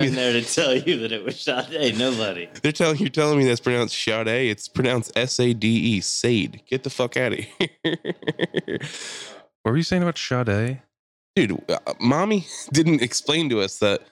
in there to tell you that it was shot. Hey, nobody. They're telling you're telling me that's pronounced Sade. It's pronounced S A D E. Sade. Get the fuck out of here, What were you saying about Sade? Oh, dude. Uh, mommy didn't explain to us that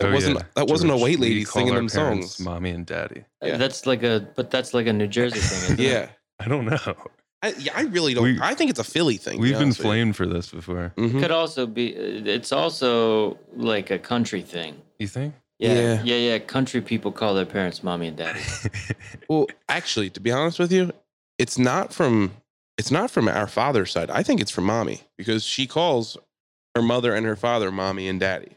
that Oh, wasn't yeah. that wasn't a George, white we lady call singing our them parents songs. Mommy and Daddy. Yeah. That's like a, but that's like a New Jersey thing. Isn't It? Yeah, I don't know. I, yeah. I really don't. We- I think it's a Philly thing. to be We've been honest with you. flamed for this before. Mhm. Could also be. It's also like a country thing. You think? Yeah, Yeah. yeah, yeah, Country people call their parents mommy and daddy. Well, actually, to be honest with you, it's not from it's not from our father's side. I think it's from mommy because she calls her mother and her father mommy and daddy.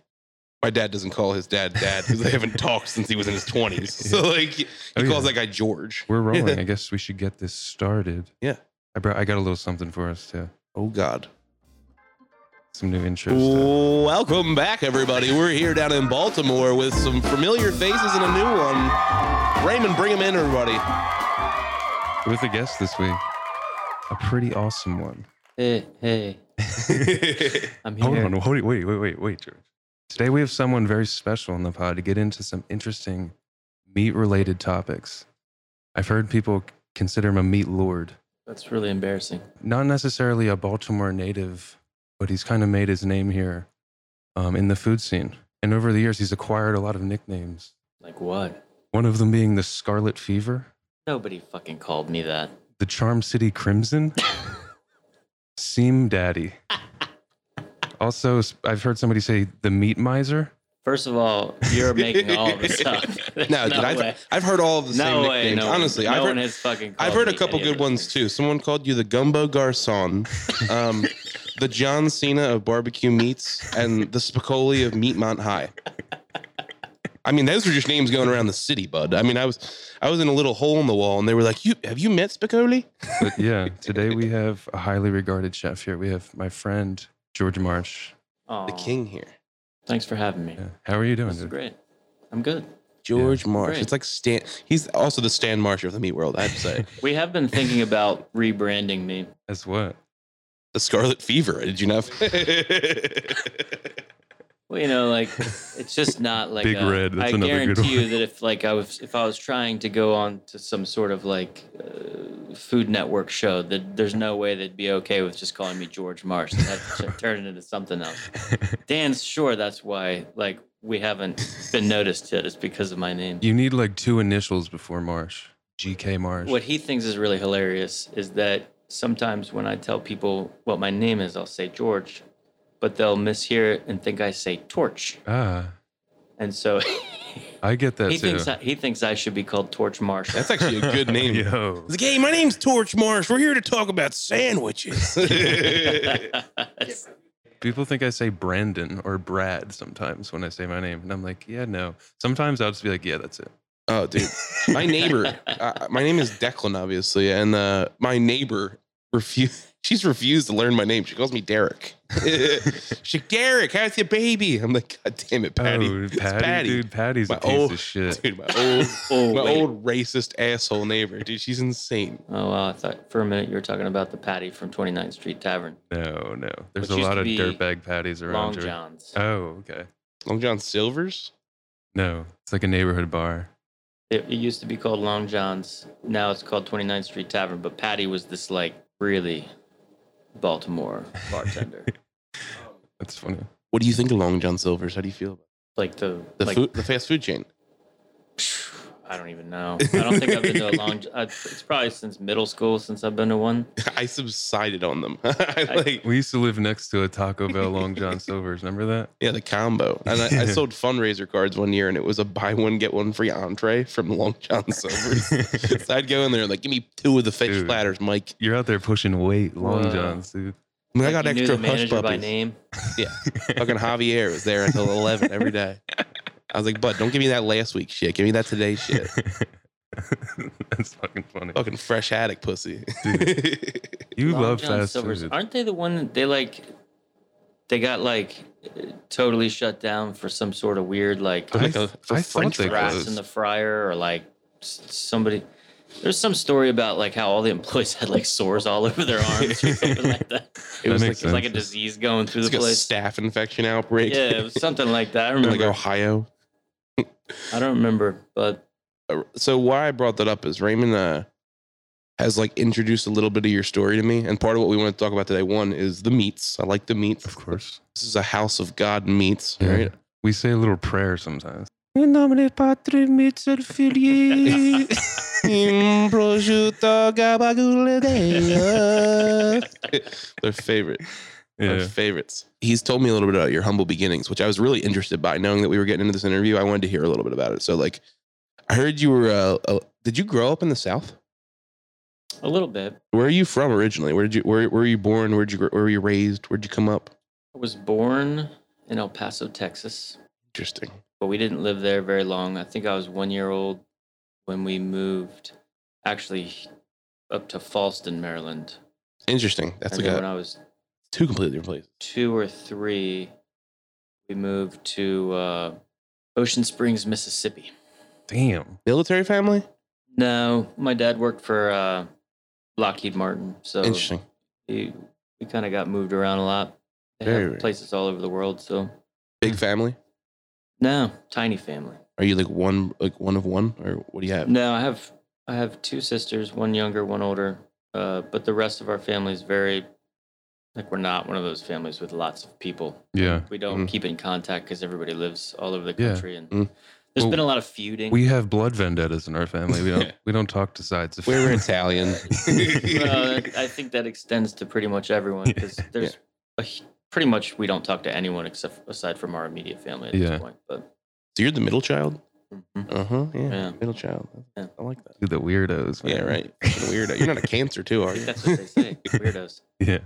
My dad doesn't call his dad dad because they haven't talked since he was in his twenties. So like he Oh, yeah. calls that guy George. We're rolling. I guess we should get this started. Yeah. I brought. I got a little something for us too. Oh God. Some new intro stuff. Welcome back, everybody. We're here down in Baltimore with some familiar faces and a new one. Raymond, bring him in, everybody. with a guest this week. A pretty awesome one. hey, hey, I'm here. Oh. Hold on. Wait, wait, wait, wait, wait, George. Today we have someone very special on the pod to get into some interesting meat-related topics. I've heard people consider him a meat lord. That's really embarrassing. not necessarily a Baltimore native, but he's kind of made his name here um, in the food scene. And over the years, he's acquired a lot of nicknames. Like what? One of them being the Scarlet Fever, Nobody fucking called me that. the Charm City Crimson, Seam Daddy. Also, s- I've heard somebody say the Meat Miser. First of all, you're making all this up. No, dude, way. I've, I've heard all of the same no way. nicknames. No, Honestly, no I've one heard, has fucking. called I've heard a me couple any of good those ones things. too. Someone called you the Gumbo Garcon, um, the John Cena of barbecue meats, and the Spicoli of Meat Mont High. I mean, those were just names going around the city, bud. I mean, I was I was in a little hole in the wall, and they were like, "You have you met Spicoli?" But yeah, today we have a highly regarded chef here. We have my friend George Marsh. Aw, The king here, Thanks for having me. Yeah. How are you doing? This is dude? great. I'm good. George Marsh. Great. It's like Stan. He's also the Stan Marsh of the meat world. I'd say We have been thinking about rebranding me. That's what. the Scarlet Fever. Did you know? Well, you know, like it's just not like Big a- Red, that's I another good guarantee you one. that if like I was if I was trying to go on to some sort of like uh, Food Network show, that there's no way they'd be okay with just calling me George Marsh. That turned into something else. Dan's sure that's why like we haven't been noticed yet. It's because of my name. You need like two initials before Marsh. GK Marsh. What he thinks is really hilarious is that sometimes when I tell people what my name is, I'll say George, but they'll mishear it and think I say Torch. Ah, And so I get that he too. thinks I, he thinks I should be called Torch Marsh. That's actually a good name. Yo. It's like, hey, my name's Torch Marsh. We're here to talk about sandwiches. That's- People think I say Brandon or Brad sometimes when I say my name, and I'm like, yeah, no. Sometimes I'll just be like, yeah, that's it. oh, dude, my neighbor. Uh, my name is Declan, obviously, and uh, my neighbor refused. She's refused to learn my name. She calls me Derek. she Derek, how's your baby? I'm like, God damn it, Patty. Oh, It's Patty, dude, Patty's My a piece old- of shit. Dude, my old, oh, my wait. old racist asshole neighbor. Dude, she's insane. Oh, wow. I thought for a minute you were talking about the Patty from 29th Street Tavern, No, no. There's Which a used lot to of be dirtbag Patties around Long here. John's. Oh, okay. Long John Silver's. No, it's like a neighborhood bar. It, it used to be called Long John's. Now it's called 29th Street Tavern, but Patty was this like really Baltimore bartender. That's funny. What do you think of Long John Silver's? How do you feel about like the, the like food, the fast food chain? I don't even know. I don't think I've been to a long. I, it's probably since middle school since I've been to one. I subsided on them. I, like, We used to live next to a Taco Bell Long John Silver's. Remember that? yeah, the combo. And I, I sold fundraiser cards one year, and it was a buy one get one free entree from Long John Silver's. so I'd go in there and like, give me two of the fish Dude. platters, Mike. You're out there pushing weight, Long Whoa. John's, dude. I, mean, I Like, you got knew extra the hush manager by puppies. name. Fucking Javier was there until eleven every day. I was like, bud, don't give me that last week shit. Give me that today shit. That's fucking funny. Fucking fresh attic pussy. You Long love John fast Silver's. food. Aren't they the one that they like? They got like totally shut down for some sort of weird like I Like th- a- for I French thought they rats closed. in the fryer or like s- somebody. There's some story about like how all the employees had like sores all over their arms or something like that. it was like, makes It's like a sense. disease going through it's the like a place. staff infection outbreak. Yeah, it was something like that. I in like remember. Ohio. I don't remember, but Uh, So why I brought that up is Raymond uh, has like introduced a little bit of your story to me, and part of what we want to talk about today. One is the meats. I like the meats. Of course. This is a house of God meats, Yeah. right? We say a little prayer sometimes. In nomine Patri et Filii. In prosciutto gabagool deo. Their favorite. Our Yeah. favorites. He's told me a little bit about your humble beginnings, which I was really interested by. Knowing that we were getting into this interview, I wanted to hear a little bit about it. So, like, I heard you were. Uh, uh, did you grow up in the South? a little bit. Where are you from originally? Where did you? Where, where were you born? Where did you? gr- Where were you raised? Where'd you come up? I was born in El Paso, Texas, Interesting. but we didn't live there very long. I think I was one year old when we moved, actually up to Falston, Maryland. Interesting. That's and like then when a, I was two completely different places. two or three, we moved to uh, Ocean Springs, Mississippi. Damn. Military family. No, my dad worked for uh, Lockheed Martin, so Interesting. he, we kind of got moved around a lot. They Very- have places all over the world, so hmm. Big family. no, tiny family. Are you like one like one of one or what do you have? No, I have I have two sisters, one younger, one older. Uh, but the rest of our family is very like we're not one of those families with lots of people. Yeah. We don't Mhm. keep in contact because everybody lives all over the Mm-hmm. Yeah. Mm-hmm. country, and Mm. there's Well, been a lot of feuding. We have blood vendettas in our family. We don't. Yeah. We don't talk to sides. Of We're Italian. well, Uh, I- I think that extends to pretty much everyone because there's a h pretty much we don't talk to anyone except aside from our immediate family at Yeah. this point. But So you're the middle child. mhm. Uh huh. Yeah, Yeah. Middle child. Yeah. I like that. Dude, the weirdos. Man. Yeah, right. Fucking weirdo. You're not a cancer too, I are think you? that's what they say. Weirdos. Yeah.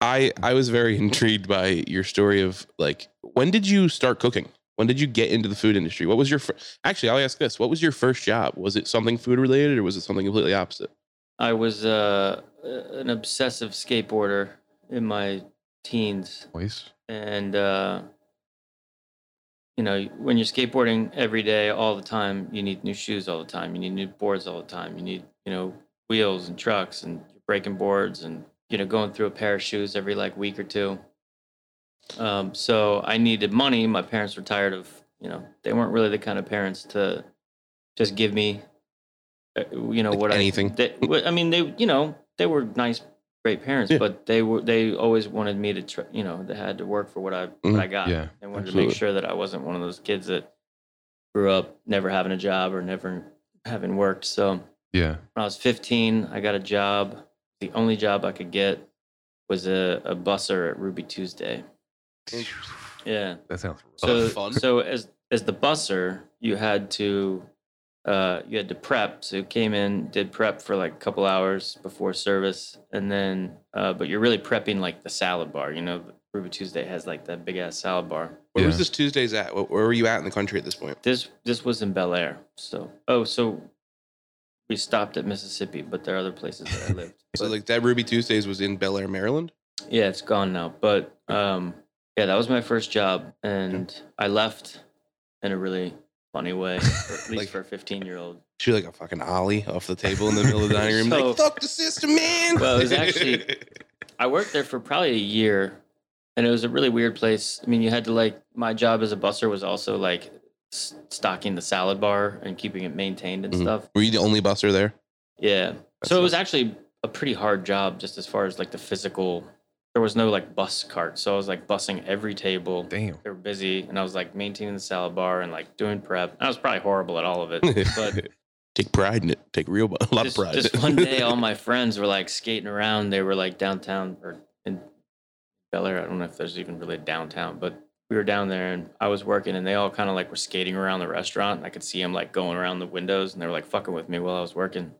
I I was very intrigued by your story of like when did you start cooking? When did you get into the food industry? What was your fir- actually? I'll ask this: What was your first job? Was it something food related, or was it something completely opposite? I was uh, a- an obsessive skateboarder in my teens. Voice. and uh, you know when you're skateboarding every day all the time you need new shoes all the time you need new boards all the time you need you know wheels and trucks and breaking boards and you know going through a pair of shoes every like week or two um, so i needed money my parents were tired of you know they weren't really the kind of parents to just give me uh, you know Like what anything. I, they, what- I mean they you know they were nice great parents, Yeah. but they were they always wanted me to tr- you know they had to work for what I Mhm. what I got. Yeah. They wanted to absolutely. make sure that I wasn't one of those kids that grew up never having a job or never having worked. So when Yeah. I was 15, I got a job. The only job I could get was a, a busser at Ruby Tuesday. Yeah. That sounds rough. So fun. so as as the busser, you had to uh, you had to prep. So you came in, did prep for like a couple hours before service, and then uh, but you're really prepping like the salad bar. You know, Ruby Tuesday has like that big ass salad bar. Where was Yeah. this Tuesdays at? Where where were you at in the country at this point? This this was in Bel Air. So oh so we stopped at Mississippi, but there are other places that I lived. So like that Ruby Tuesdays was in Bel Air, Maryland. Yeah, it's gone now. But um, yeah, that was my first job, and I left in a really funny way, or at least Like- for a 15 year old. She like a fucking ollie off the table in the middle of the dining room. So- like fuck the system, man. Well, it was actually- I worked there for probably a year, and it was a really weird place. I mean, you had to like my job as a busser was also like s- stocking the salad bar and keeping it maintained and Mhm. stuff. were you the only busser there? Yeah. That's so it was actually a pretty hard job, just as far as like the physical. There was no like bus cart, so I was like bussing every table. Damn. They were busy, and I was like maintaining the salad bar and like doing prep. I was probably horrible at all of it, but Take pride in it. Take real bu- a lot just, of pride. just in it. one day, all my friends were like skating around. They were like downtown or in Bel Air. I don't know if there's even really downtown, but we were down there and I was working, and they all kind of like were skating around the restaurant. And I could see them like going around the windows, and they were like fucking with me while I was working.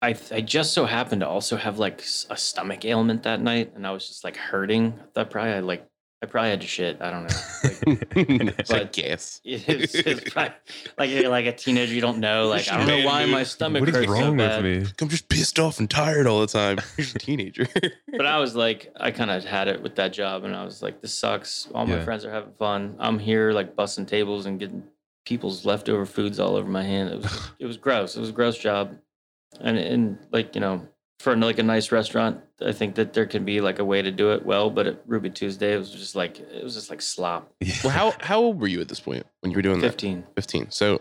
I, I just so happened to also have like s- a stomach ailment that night, and I was just like hurting. I probably had like I probably had to shit. I don't know. Like, It's like But- gas. it is, it's probably, like you're like a teenager, you don't know. Like I don't know why my stomach What is hurts so wrong bad. with me? I'm just pissed off and tired all the time. You're just a teenager. but I was like, I kind of had it with that job, and I was like, this sucks. All my Yeah. friends are having fun. I'm here like bussing tables and getting people's leftover foods all over my hand. It was it was gross. It was a gross job, and and like you know, for like a nice restaurant, I think that there can be like a way to do it well. But at Ruby Tuesday, it was just like it was just like slop. well, how how old were you at this point when you were doing that? Fifteen. Fifteen. So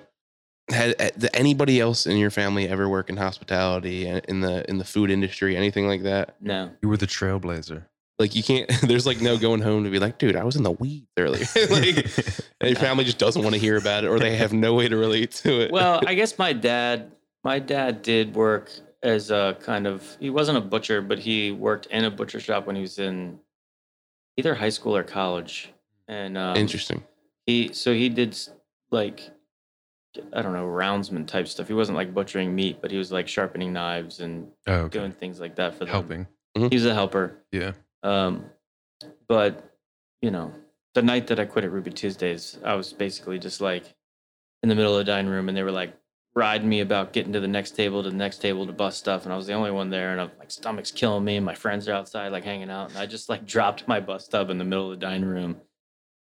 had uh, did anybody else in your family ever work in hospitality uh, in the in the food industry, anything like that? No. You were the trailblazer. Like you can't. There's like no going home to be like, dude, I was in the weeds earlier. like and your family just doesn't want to hear about it, or they have no way to relate to it. Well, I guess my dad, my dad did work as a kind of. He wasn't a butcher, but he worked in a butcher shop when he was in either high school or college. And um, interesting. he so he did s- like I don't know roundsman type stuff. He wasn't like butchering meat, but he was like sharpening knives and Oh, okay. doing things like that for them. Helping. He was a helper. Yeah. Um, but you know, the night that I quit at Ruby Tuesdays, I was basically just like in the middle of the dining room, and they were like riding me about getting to the next table, to the next table to bust stuff, and I was the only one there, and I'm like stomach's killing me, and my friends are outside like hanging out, and I just like dropped my bus tub in the middle of the dining room,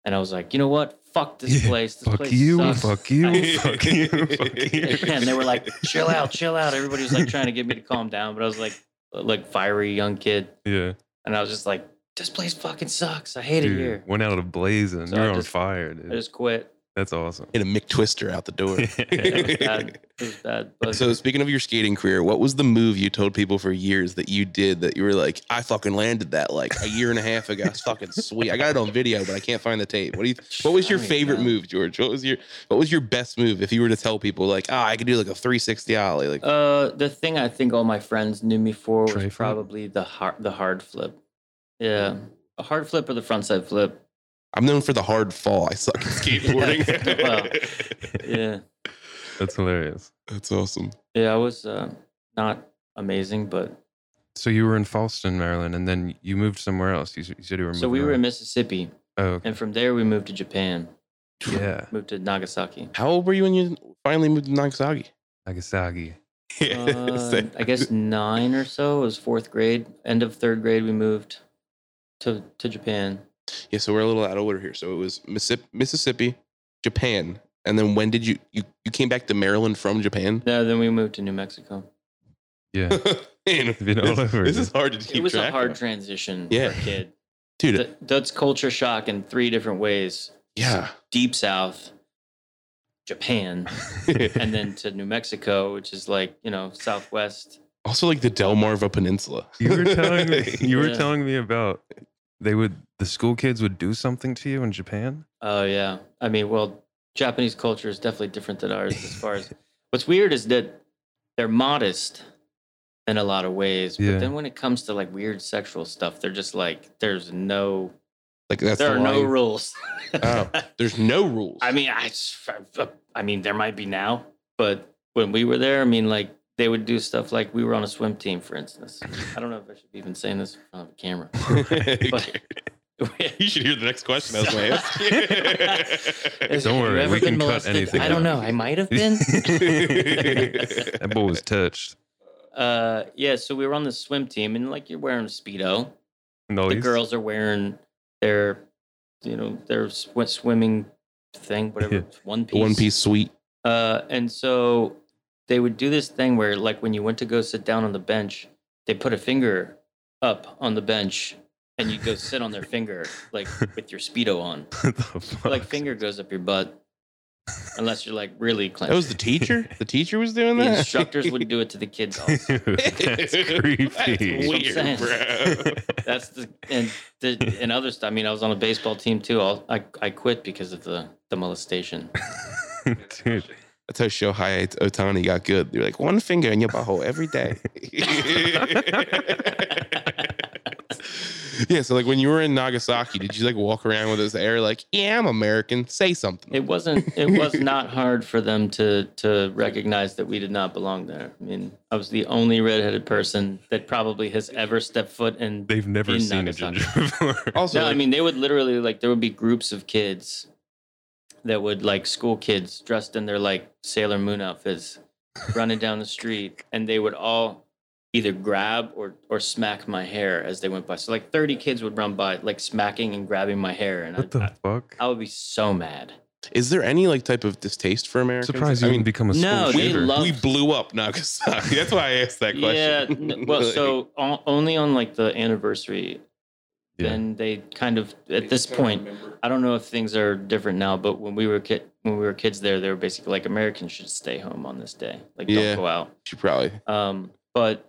and I was like, you know what? Fuck this Yeah, place. This Fuck place you, sucks. fuck you, I- fuck you, fuck you. um, and they were like, chill out, chill out. Everybody was like trying to get me to calm down, but I was like, like fiery young kid. Yeah. And I was just like, this place fucking sucks. I hate it Dude, here. went out of blazing. So I You're on just- fire, dude. I just quit. That's awesome. Hit a Mick Twister out the door. It was bad. It was bad. But So speaking of your skating career, what was the move you told people for years that you did that you were like, I fucking landed that like a year and a half ago. It's fucking sweet. I got it on video, but I can't find the tape. What do you? What was I your don't even favorite know. move, George? What was your What was your best move if you were to tell people like, ah, I could do like a three sixty ollie? Like, uh, the thing I think all my friends knew me for was Tray flip? probably the hard, the hard flip. Yeah. A hard flip or the front side flip. I'm known for the hard fall. I suck at skateboarding. Yeah. That's hilarious. That's awesome. Yeah. I was uh, not amazing, but So you were in Falston, Maryland, and then you moved somewhere else. You, s- you said you were. so moving we were in around. Mississippi. Oh, okay. And from there, we moved to Japan, yeah, moved to Nagasaki. How old were you when you finally moved to Nagasaki? Nagasaki. Uh, I guess nine or so. It was fourth grade. End of third grade, we moved to to Japan. Yeah, so we're a little out of order here. So it was Missi- Mississippi, Japan, and then when did you you, you came back to Maryland from Japan? No, then we moved to New Mexico. Yeah, Man, been all this, over this again. is hard to keep it was a track hard of. transition Yeah. for a kid. dude. Th- that's culture shock in three different ways: yeah, deep south, Japan, and then to New Mexico, which is like you know southwest. also like the Delmarva Peninsula. you were telling me. You were Yeah. telling me about they would the school kids would do something to you in Japan. Oh yeah, I mean, well, Japanese culture is definitely different than ours as far as. What's weird is that they're modest in a lot of ways, but Yeah. then when it comes to like weird sexual stuff, they're just like, there's no, like that's there the are no line. rules. Oh. There's no rules. I mean, I, s- I mean, there might be now, but when we were there, I mean, like they would do stuff like we were on a swim team, for instance. I don't know if I should be even saying this on the camera. But- you should hear the next question I was going to Has ask. Don't you worry, ever we been can cut molested? anything I don't know. out. I might have been. that boy was touched. Uh, yeah, so we were on the swim team, and like you're wearing a speedo. No, the girls are wearing their, you know, their sw- swimming thing, whatever, Yeah. it's one The piece. One Piece suite. Uh, and so they would do this thing where, like, when you went to go sit down on the bench, they put a finger up on the bench, and you go sit on their finger, like with your speedo on. What the fuck? Like finger goes up your butt, unless you're like really That was clenched. the teacher. The teacher was doing The that. instructors would do it to the kids also. That's That's creepy. That's what I'm weird, bro. That's the and the and other stuff. I mean, I was on a baseball team too. I'll, I I quit because of the the molestation. Dude, That's how Shohei Otani got good. They're like one finger in your butthole every day. yeah, so like when you were in Nagasaki, did you like walk around with this air like, yeah, I'm American, say something? It wasn't. It was not hard for them to to recognize that we did not belong there. I mean, I was the only redheaded person that probably has ever stepped foot in. they've never In seen Nagasaki. a ginger before. also, no, I like, mean they would literally like there would be groups of kids that would like school kids dressed in their like Sailor Moon outfits running down the street, and they would all either grab or or smack my hair as they went by. So like thirty kids would run by, like smacking and grabbing my hair, and I, What the I, fuck? I would be so mad. is there any like type of distaste for I'm Americans? surprised you I didn't become a school No, they shooter. love- we blew up Nagasaki. That's why I asked that Yeah. question. n- Well, Like, so o- only on like the anniversary, Yeah. then they kind of at this point. I don't know if things are different now, but when we were ki- when we were kids there, they were basically like Americans should stay home on this day, like Yeah. don't go out. She probably Um, but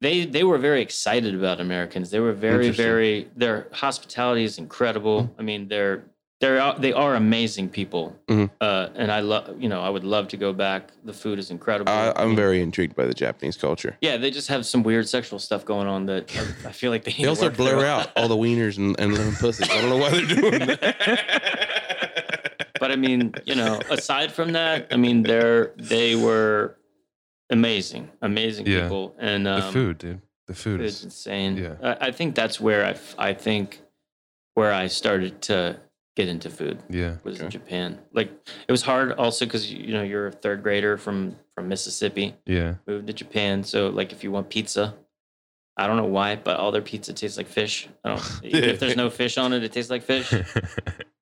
they they were very excited about Americans. They were very Interesting. Mm-hmm. very their hospitality is incredible. I mean, they're they're out- they are amazing people, Mhm. uh, and I love you know I would love to go back. The food is incredible. I, I I'm mean, very intrigued by the Japanese culture. yeah. They just have some weird sexual stuff going on that I, I feel like they, need They to also work blur through. out all the wieners and, and little pussies. I don't know why they're doing that. But I mean, you know, aside from that, I mean, they're they were amazing, amazing Yeah. people, and um, the food, dude. The food It's is insane. yeah. I, I think that's where I, f- I think where I started to get into food yeah. was in Okay. Japan. Like it was hard also because you know you're a third grader from from Mississippi, Yeah. moved to Japan. So like if you want pizza, I don't know why, but all their pizza tastes like fish. I don't. even if there's no fish on it, it tastes like fish.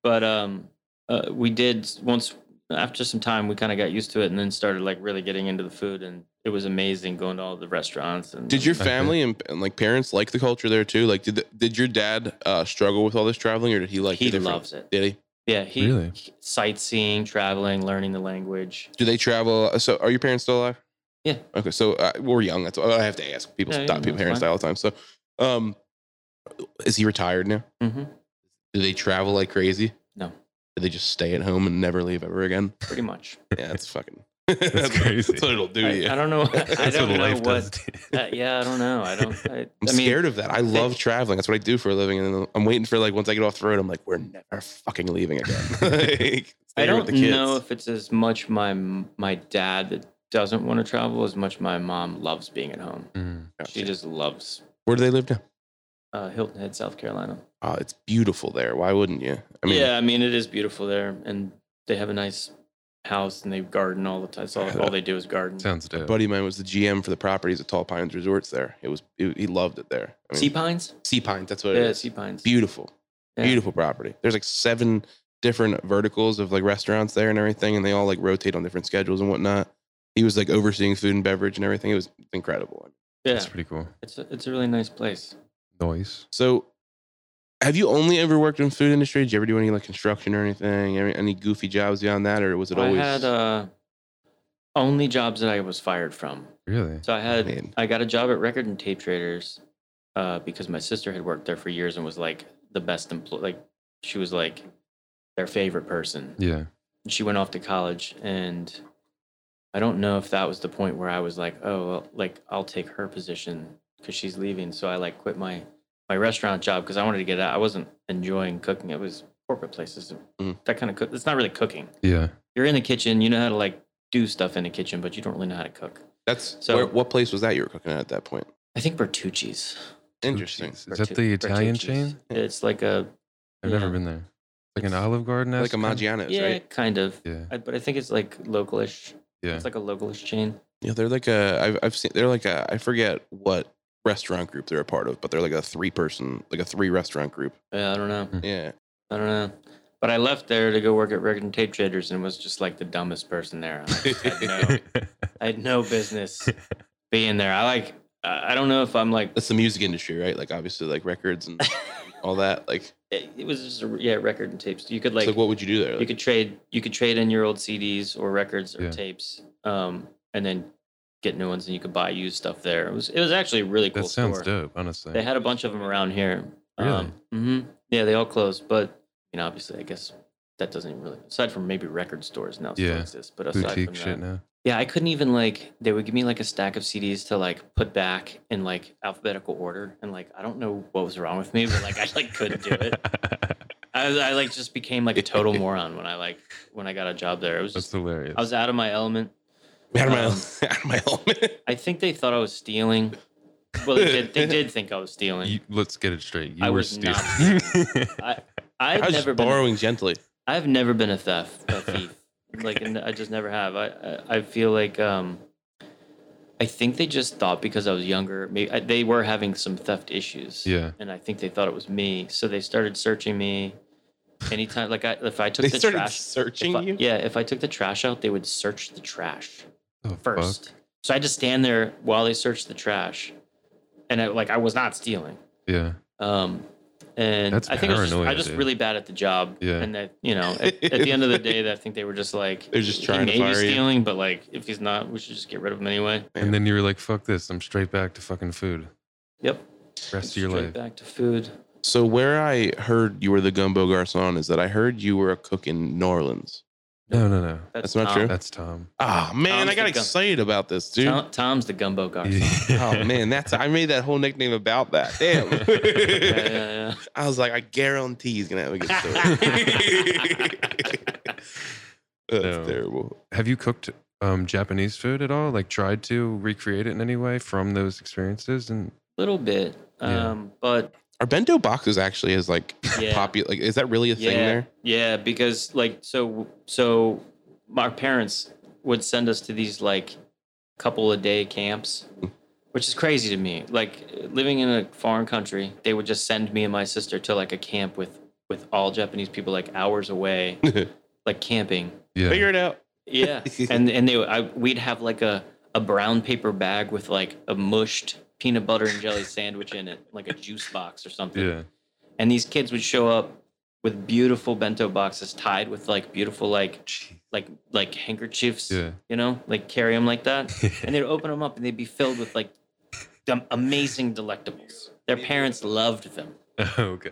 But um, uh, we did once after some time we kind of got used to it and then started like really getting into the food and it was amazing going to all the restaurants and Did your Okay. family and, and like parents like the culture there too? Like, did the, did your dad uh, struggle with all this traveling, or did he like? the he different- loves it Did he? Yeah, he, Really? he- sightseeing, traveling, learning the language. Do they travel? uh, So, are your parents still alive? Yeah. Okay, so uh, we're young. That's all I have to ask. People Yeah, yeah, stop people that's parents fine. die all the time. So, um, is he retired now? hmm Do they travel like crazy? No. Do they just stay at home and never leave ever again? Pretty much. Yeah, that's fucking. That's, crazy. That's what it'll do. I, to you. I don't know. I That's don't what know life does. what. dude. uh, yeah, I don't know. I don't. I, I'm I mean, scared of that. I they- love traveling. That's what I do for a living. And I'm waiting for like once I get off the road, I'm like, we're never fucking leaving again. like, I stay here don't know if it's as much my m- my dad that doesn't want to travel as much my mom loves being at home. Mm. She just loves Oh, Where do they live now? uh, Hilton Head, South Carolina. Oh, it's beautiful there. Why wouldn't you? I mean, yeah, I mean it is beautiful there, and they have a nice house and they garden all the time. So all, all they do is garden. Sounds dope. a buddy of mine was the GM for the properties at Tall Pines Resorts there. It was it, he loved it there. I mean, sea pines. Sea Pines. That's what it Yeah, is. sea pines. Oh, Beautiful, Yeah. beautiful property. There's like seven different verticals of like restaurants there and everything, and they all like rotate on different schedules and whatnot. He was like overseeing food and beverage and everything. It was incredible. Yeah, That's pretty cool. it's a, it's a really nice place. Noise. So, have you only ever worked in food industry? Did you ever do any like construction or anything? Any, any goofy jobs beyond that, or was it always? I had uh, only jobs that I was fired from. Really? So I had Man. I got a job at Record and Tape Traders uh, because my sister had worked there for years and was like the best employee. Like she was like their favorite person. Yeah. And She went off to college, and I don't know if that was the point where I was like, oh, well, like I'll take her position because she's leaving. So I like quit my my restaurant job because I wanted to get out. I wasn't enjoying cooking. It was corporate places. Mhm. That kind of cook. It's not really cooking Yeah. you're in the kitchen, you know how to like do stuff in the kitchen, but you don't really know how to cook. that's So- where, what place was that you were cooking at at that point? I think Bertucci's. Interesting. Is that the Italian chain? It's like a I've Yeah. never been there. Like an It's Olive Garden. Like a Maggiano's, yeah, right? kind of. Yeah. I, but I think it's like localish. Yeah. It's like a localish chain. Yeah, they're like a. I've I've seen they're like a. I forget what restaurant group they're a part of, but they're like a three person, like a three restaurant group. Yeah, I don't know. Yeah, I don't know. But I left there to go work at Record and Tape Traders and was just like the dumbest person there. I had no, I had no business being there. I like. I I don't know if I'm like. that's the music industry, right? Like obviously, like records and all that. Like, It, it was just a, yeah, record and tapes. You could like, like. what would you do there? you Like, could trade you could trade in your old CDs or records or Yeah. tapes, um, and then get new ones, and you could buy used stuff there. It was it was actually a really cool. that sounds store. dope. Honestly. They had a bunch of them around here. Really? hmm Yeah, they all closed, but you know, obviously, I guess that doesn't even really aside from maybe record stores now still Yeah. exist, but aside boutique from shit that, now. yeah, I couldn't even like they would give me like a stack of CDs to like put back in like alphabetical order, and like I don't know what was wrong with me, but like I like couldn't do it. I, was- I like just became like a total moron when I like when I got a job there. It was That's just hilarious. I was out of my element. out of my um, out of my element. I think they thought I was stealing. Well, they did. They did think I was stealing. You- let's get it straight. You I were was stealing. not I, I've I was never just been. borrowing gently. I've never been a theft a thief. Like and I just never have. I, I I feel like um. I think they just thought because I was younger, maybe I, they were having some theft issues. yeah. And I think they thought it was me, so they started searching me. Anytime, like I, if I took They the started trash, If searching I- you. Yeah, if I took the trash out, they would search the trash The first. fuck? So I had to stand there while they searched the trash, and I, like I was not stealing. Yeah. Um, And That's I think I was just, paranoia, I just dude. really bad at the job. Yeah. And that, you know, at, at the end of the day, I think they were just like, They're just trying to he may fire be you. stealing, but like, if he's not, we should just get rid of him anyway. Yeah. And then you were like, fuck this. I'm straight back to fucking food. Yep. Rest of your Straight life. back to food. So where I heard you were the gumbo garçon is that I heard you were a cook in New Orleans. No, no, no. That's not true. That's Tom. Ah man, Tom's I got the gum- excited about this, dude. Tom, Tom's the gumbo garçon. Oh man, that's I made that whole nickname about that. Damn. yeah, yeah, yeah. I was like, I guarantee he's gonna have a good story. that's No. terrible. Have you cooked um, Japanese food at all? Like tried to recreate it in any way from those experiences? And Little bit. Yeah. Um, but Are bento boxes actually as like yeah. popular? Like, is that really a thing yeah, there? Yeah, because like so so my parents would send us to these like couple a day camps, Hmm. which is crazy to me. Like living in a foreign country, they would just send me and my sister to like a camp with with all Japanese people like hours away, like camping. yeah. Figure it out. Yeah, and and they I, we'd have like a a brown paper bag with like a mushed peanut butter and jelly sandwich in it, like a juice box or something yeah. and these kids would show up with beautiful bento boxes tied with like beautiful like Jeez. like like handkerchiefs Yeah. you know like carry them like that and they'd open them up and they'd be filled with like dum- amazing delectables their parents loved them okay.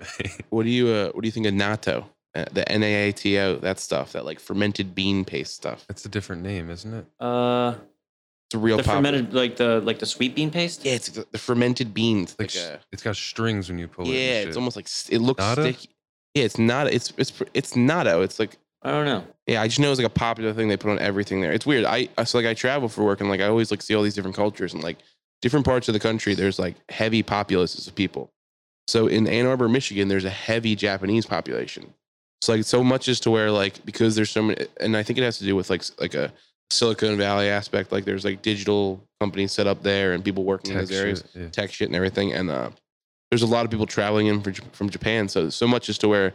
What do you uh, What do you think of natto? Uh, the N A A T O, that stuff, that like fermented bean paste stuff. That's a different name, isn't it? uh It's a real the pop. fermented like the like the sweet bean paste Yeah, it's the the fermented beans. Like, Like, sh a, it's got strings when you pull it. and yeah, shit. it's almost like s- it looks Nata? sticky. Yeah, it's not. It's it's pr- it's natto. It's like i don't know Yeah, I just know it's like a popular thing they put on everything there. It's weird. I I- so like I travel for work and like I always like see all these different cultures and like different parts of the country. There's like heavy populaces of people. So in Ann Arbor, Michigan, there's a heavy Japanese population. So like so much is to where like because there's so many, and I think it has to do with like s- like a Silicon Valley aspect. Like there's like digital companies set up there and people working in Tech those areas shit, yeah. tech shit and everything. And uh, there's a lot of people traveling in from, Jap- from Japan. So so much as to where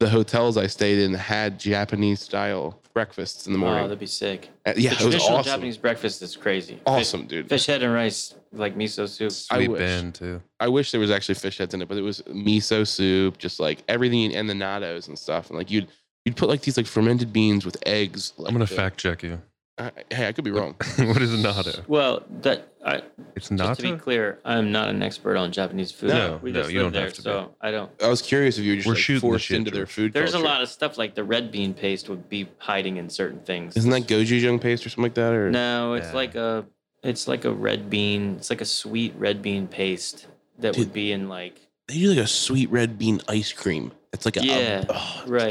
the hotels I stayed in had Japanese style breakfasts in the oh morning. that'd be sick Uh, yeah, the it was traditional awesome. japanese breakfast is crazy Fish- awesome, dude. fish head and rice like miso soup I Sweet wish. band too. I wish there was actually fish heads in it, but it was miso soup, just like everything and the nattos and stuff. And like you'd you'd put like these like fermented beans with eggs. Like I'm gonna the- fact check you. I, hey, I could be wrong. what is natto? well that i It's Just to be natto. clear, I'm not an expert on Japanese food. No, we no, just you live don't there, have to be. so I don't. I was curious if you were just We're like, shooting the forced shit, into their George. food. There's culture. a lot of stuff like the red bean paste would be hiding in certain things. Isn't that gochujang paste or something like that? Or No, it's Yeah. like a it's like a red bean. It's like a sweet red bean paste that would Dude. be in like They do like a sweet red bean ice cream. It's like a Yeah, oh, it's right.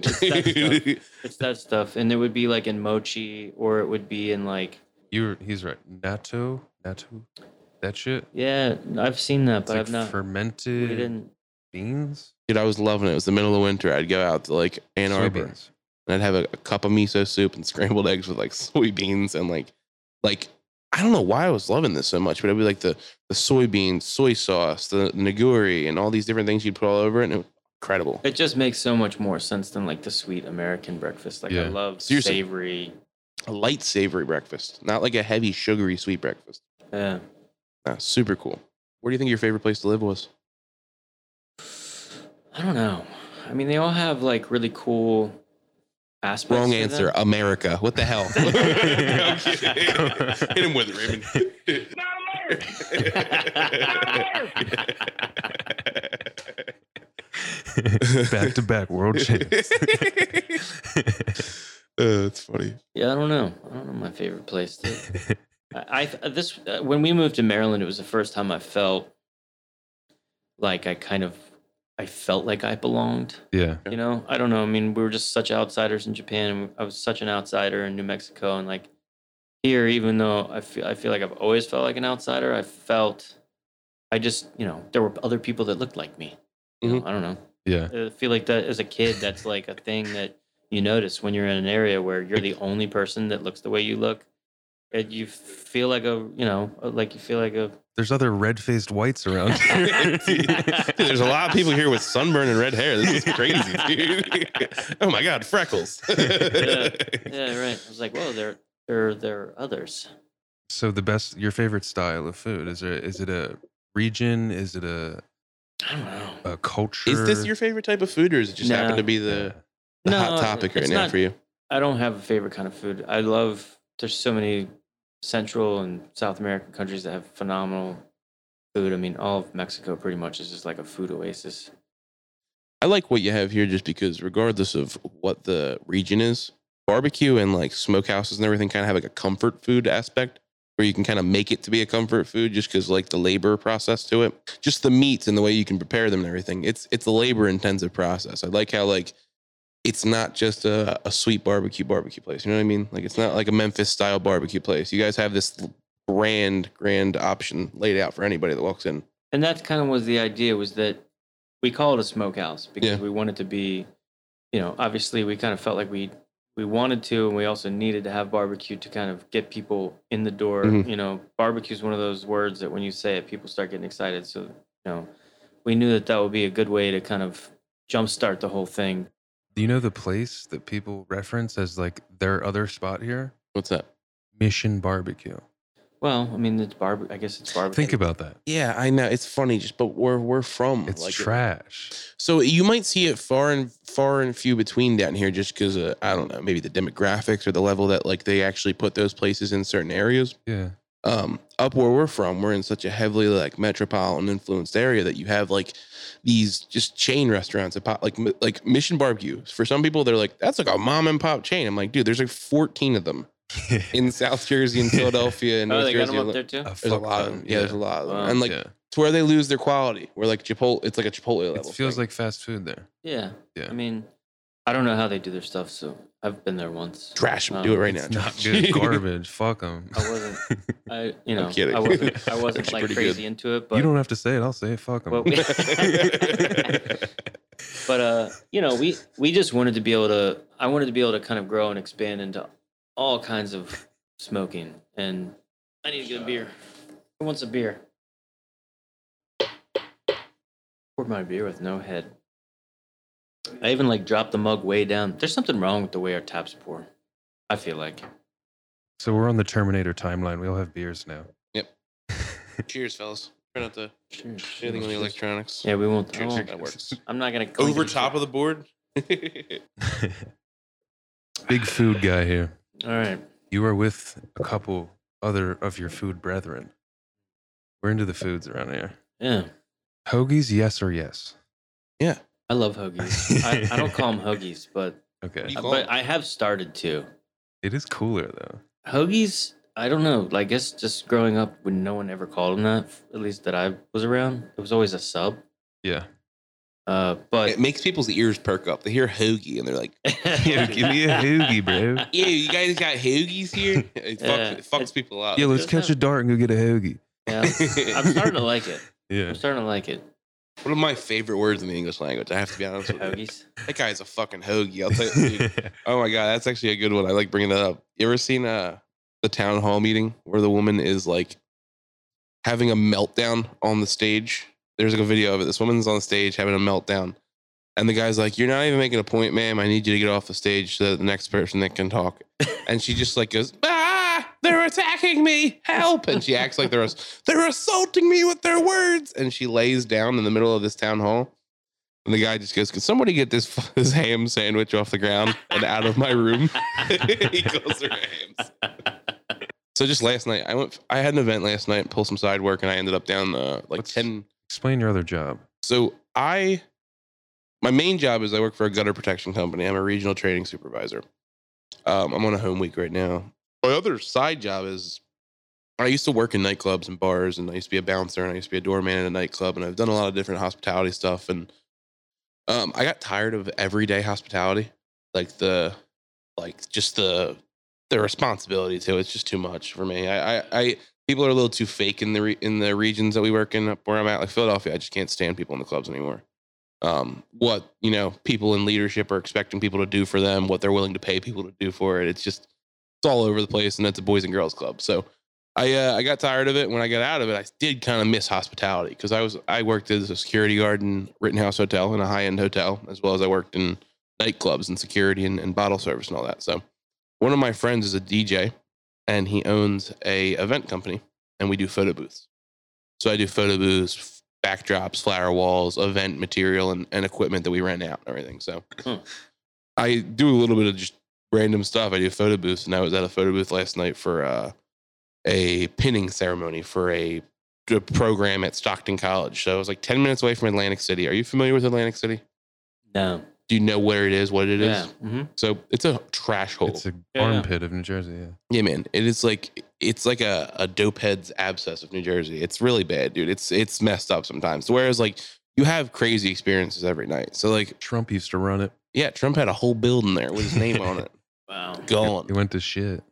that stuff. it's that stuff, and it would be like in mochi, or it would be in like You're. He's right. Natto. Natto. That shit. yeah. I've seen that, It's but like I've not. we fermented didn't. beans. Dude, I was loving it. It was the middle of winter. I'd go out to like Ann Arbor Soybeans. and I'd have a, a cup of miso soup and scrambled eggs with like soybeans and like like I don't know why I was loving this so much, but it'd be like the the soybeans, soy sauce, the nigori, and all these different things you'd put all over it. And it was incredible. It just makes so much more sense than like the sweet American breakfast. Like I Yeah. love Seriously. savory. A light savory breakfast, not like a heavy sugary sweet breakfast. Yeah. Nah, super cool. Where do you think your favorite place to live was? I don't know. I mean, they all have like really cool aspects. Wrong to them. answer. America. What the hell? I'm kidding. Hit him with it, Raymond. back to back world champs. Uh, that's funny. yeah, I don't know. I don't know my favorite place. To, I, I this uh, when we moved to Maryland, it was the first time I felt like I kind of I felt like I belonged. yeah. You know, I don't know. I mean, we were just such outsiders in Japan, and I was such an outsider in New Mexico, and like here, even though I feel I feel like I've always felt like an outsider, I felt I just you know there were other people that looked like me. You know, I don't know. Yeah. I feel like that as a kid, that's like a thing that you notice when you're in an area where you're the only person that looks the way you look. And you feel like a, you know, uh, like you feel like a. There's other red faced whites around. Dude, there's a lot of people here with sunburn and red hair. This is crazy, dude. oh my god, freckles. Yeah, right. I was like, whoa, there, there, there are others. so the best your favorite style of food is there is it a region is it a I don't know. a culture. Is this your favorite type of food, or is it just No. happen to be the, the No, hot topic right it's now not- for you? I don't have a favorite kind of food. I love there's so many Central and South American countries that have phenomenal food. I mean, all of Mexico pretty much is just like a food oasis. I like what you have here just because, regardless of what the region is, barbecue and like smokehouses and everything kind of have like a comfort food aspect where you can kind of make it to be a comfort food just because like the labor process to it, just the meats and the way you can prepare them and everything. It's it's a labor intensive process. I like how like it's not just a, a sweet barbecue barbecue place. You know what I mean? Like it's not like a Memphis style barbecue place. You guys have this grand grand option laid out for anybody that walks in. and that kind of was the idea was that we call it a smokehouse because Yeah. we wanted to be you know obviously we kind of felt like we we wanted to and we also needed to have barbecue to kind of get people in the door Mhm. you know barbecue is one of those words that when you say it people start getting excited so you know we knew that that would be a good way to kind of jumpstart the whole thing you know the place that people reference as like their other spot here? What's that? Mission Barbecue. well i mean it's barbe i guess it's barbecue Think about that. Yeah, I know. It's funny just but where we're from. It's like, trash. So you might see it far and far and few between down here, just because uh, I don't know, maybe the demographics or the level that like they actually put those places in certain areas. Yeah. Um, up where we're from, we're in such a heavily like metropolitan influenced area that you have like these just chain restaurants that pop, like mi- like Mission Barbecue. For some people, they're like, that's like a mom and pop chain. I'm like, dude, there's like 14 of them in South Jersey and Philadelphia and oh North they got Jersey. them up there too There's a lot of them. Yeah, there's a lot of them. Wow. And like Yeah. it's where they lose their quality. Where like Chipotle, it's like a Chipotle level. It feels thing. like fast food there. yeah Yeah. i mean i don't know how they do their stuff so i've been there once trash. 'em. No, Do it right now. It's not Josh. good garbage. Fuck them. I wasn't. I you I'm know kidding. I wasn't. I wasn't Actually like pretty crazy into it, but you don't have to say it. I'll say it. Fuck them. Well, we- but uh you know we we just wanted to be able to. I wanted to be able to kind of grow and expand into all kinds of smoking. And I need to get a beer. Who wants a beer? Poured my beer with no head. I even like dropped the mug way down. There's something wrong with the way our taps pour. I feel like. so we're on the Terminator timeline. We all have beers now. Cheers, fellas. Try not to Cheers. anything on the electronics. Yeah, Oh. we won't. I Cheers. won't- That works. I'm not gonna clink Over it. top of the board. That's Big food guy here. All right. You are with a couple other of your food brethren. We're into the foods around here. Yeah, Hoagies, yes or yes? I love hoagies. I, I don't call them hoagies, but Okay. You call but 'em- I have started to It is cooler though. hoagies. I don't know. I guess just growing up, when no one ever called them that, at least that I was around, it was always a sub. Yeah. Uh, but it makes people's ears perk up. They hear hoagie and they're like, Yeah, give me a hoagie, bro. "Yeah, you guys got hoagies here." It fucks, Yeah. it fucks people up. Yeah, let's let's catch catch a dart and go get a hoagie. Yeah, I'm starting to like it. Yeah. I'm starting to like it. One of my favorite words in the English language. I have to be honest with you. Hoagies. That guy's a fucking hoagie. I'll tell you. dude. Oh my god, that's actually a good one. I like bringing that up. You ever seen uh the town hall meeting where the woman is like having a meltdown on the stage? There's like a video of it. This woman's on stage having a meltdown, and the guy's like, "You're not even making a point, ma'am. I need you to get off the stage so that the next person that can talk." And she just like goes, "Ah, they're attacking me! Help!" And she acts like they're ass- they're assaulting me with their words, and she lays down in the middle of this town hall. And the guy just goes, "Could somebody get this this ham sandwich off the ground and out of my room?" he calls her hams. So just last night, I went. I had an event last night, pulled some side work, and I ended up down uh, like What's- ten. Explain your other job. So I, my main job is I work for a gutter protection company. I'm a regional trading supervisor. Um, I'm on a home week right now. My other side job is I used to work in nightclubs and bars, and I used to be a bouncer, and I used to be a doorman in a nightclub, and I've done a lot of different hospitality stuff. And um, I got tired of everyday hospitality, like the, like just the, the responsibility to it. it's just too much for me. I, I, I people are a little too fake in the re- in the regions that we work in up where I'm at, like Philadelphia. I just can't stand people in the clubs anymore. Um, what you know, people in leadership are expecting people to do for them, what they're willing to pay people to do for it. It's just it's all over the place, and that's a boys and girls club. So I uh, I got tired of it. When I got out of it, I did kind of miss hospitality because I was I worked as a security guard in Rittenhouse Hotel in a high end hotel, as well as I worked in nightclubs and security and, and bottle service and all that. So one of my friends is a DJ, and he owns a event company and we do photo booths. So I do photo booths, backdrops, flower walls, event material, and, and equipment that we rent out and everything. So Hmm. I do a little bit of just random stuff. I do photo booths, and I was at a photo booth last night for uh, a pinning ceremony for a, a program at Stockton College. So it was like 10 minutes away from Atlantic City. Are you familiar with Atlantic City? No. Do you know where it is, what it is? yeah. Mhm. So it's a trash hole. It's a Yeah. armpit of New Jersey. Yeah. Yeah, man. It is like it's like a, a dope head's abscess of New Jersey. It's really bad, dude. It's it's messed up sometimes. Whereas like you have crazy experiences every night. So like Trump used to run it. yeah, Trump had a whole building there with his name on it. Wow. Gone. He went to shit.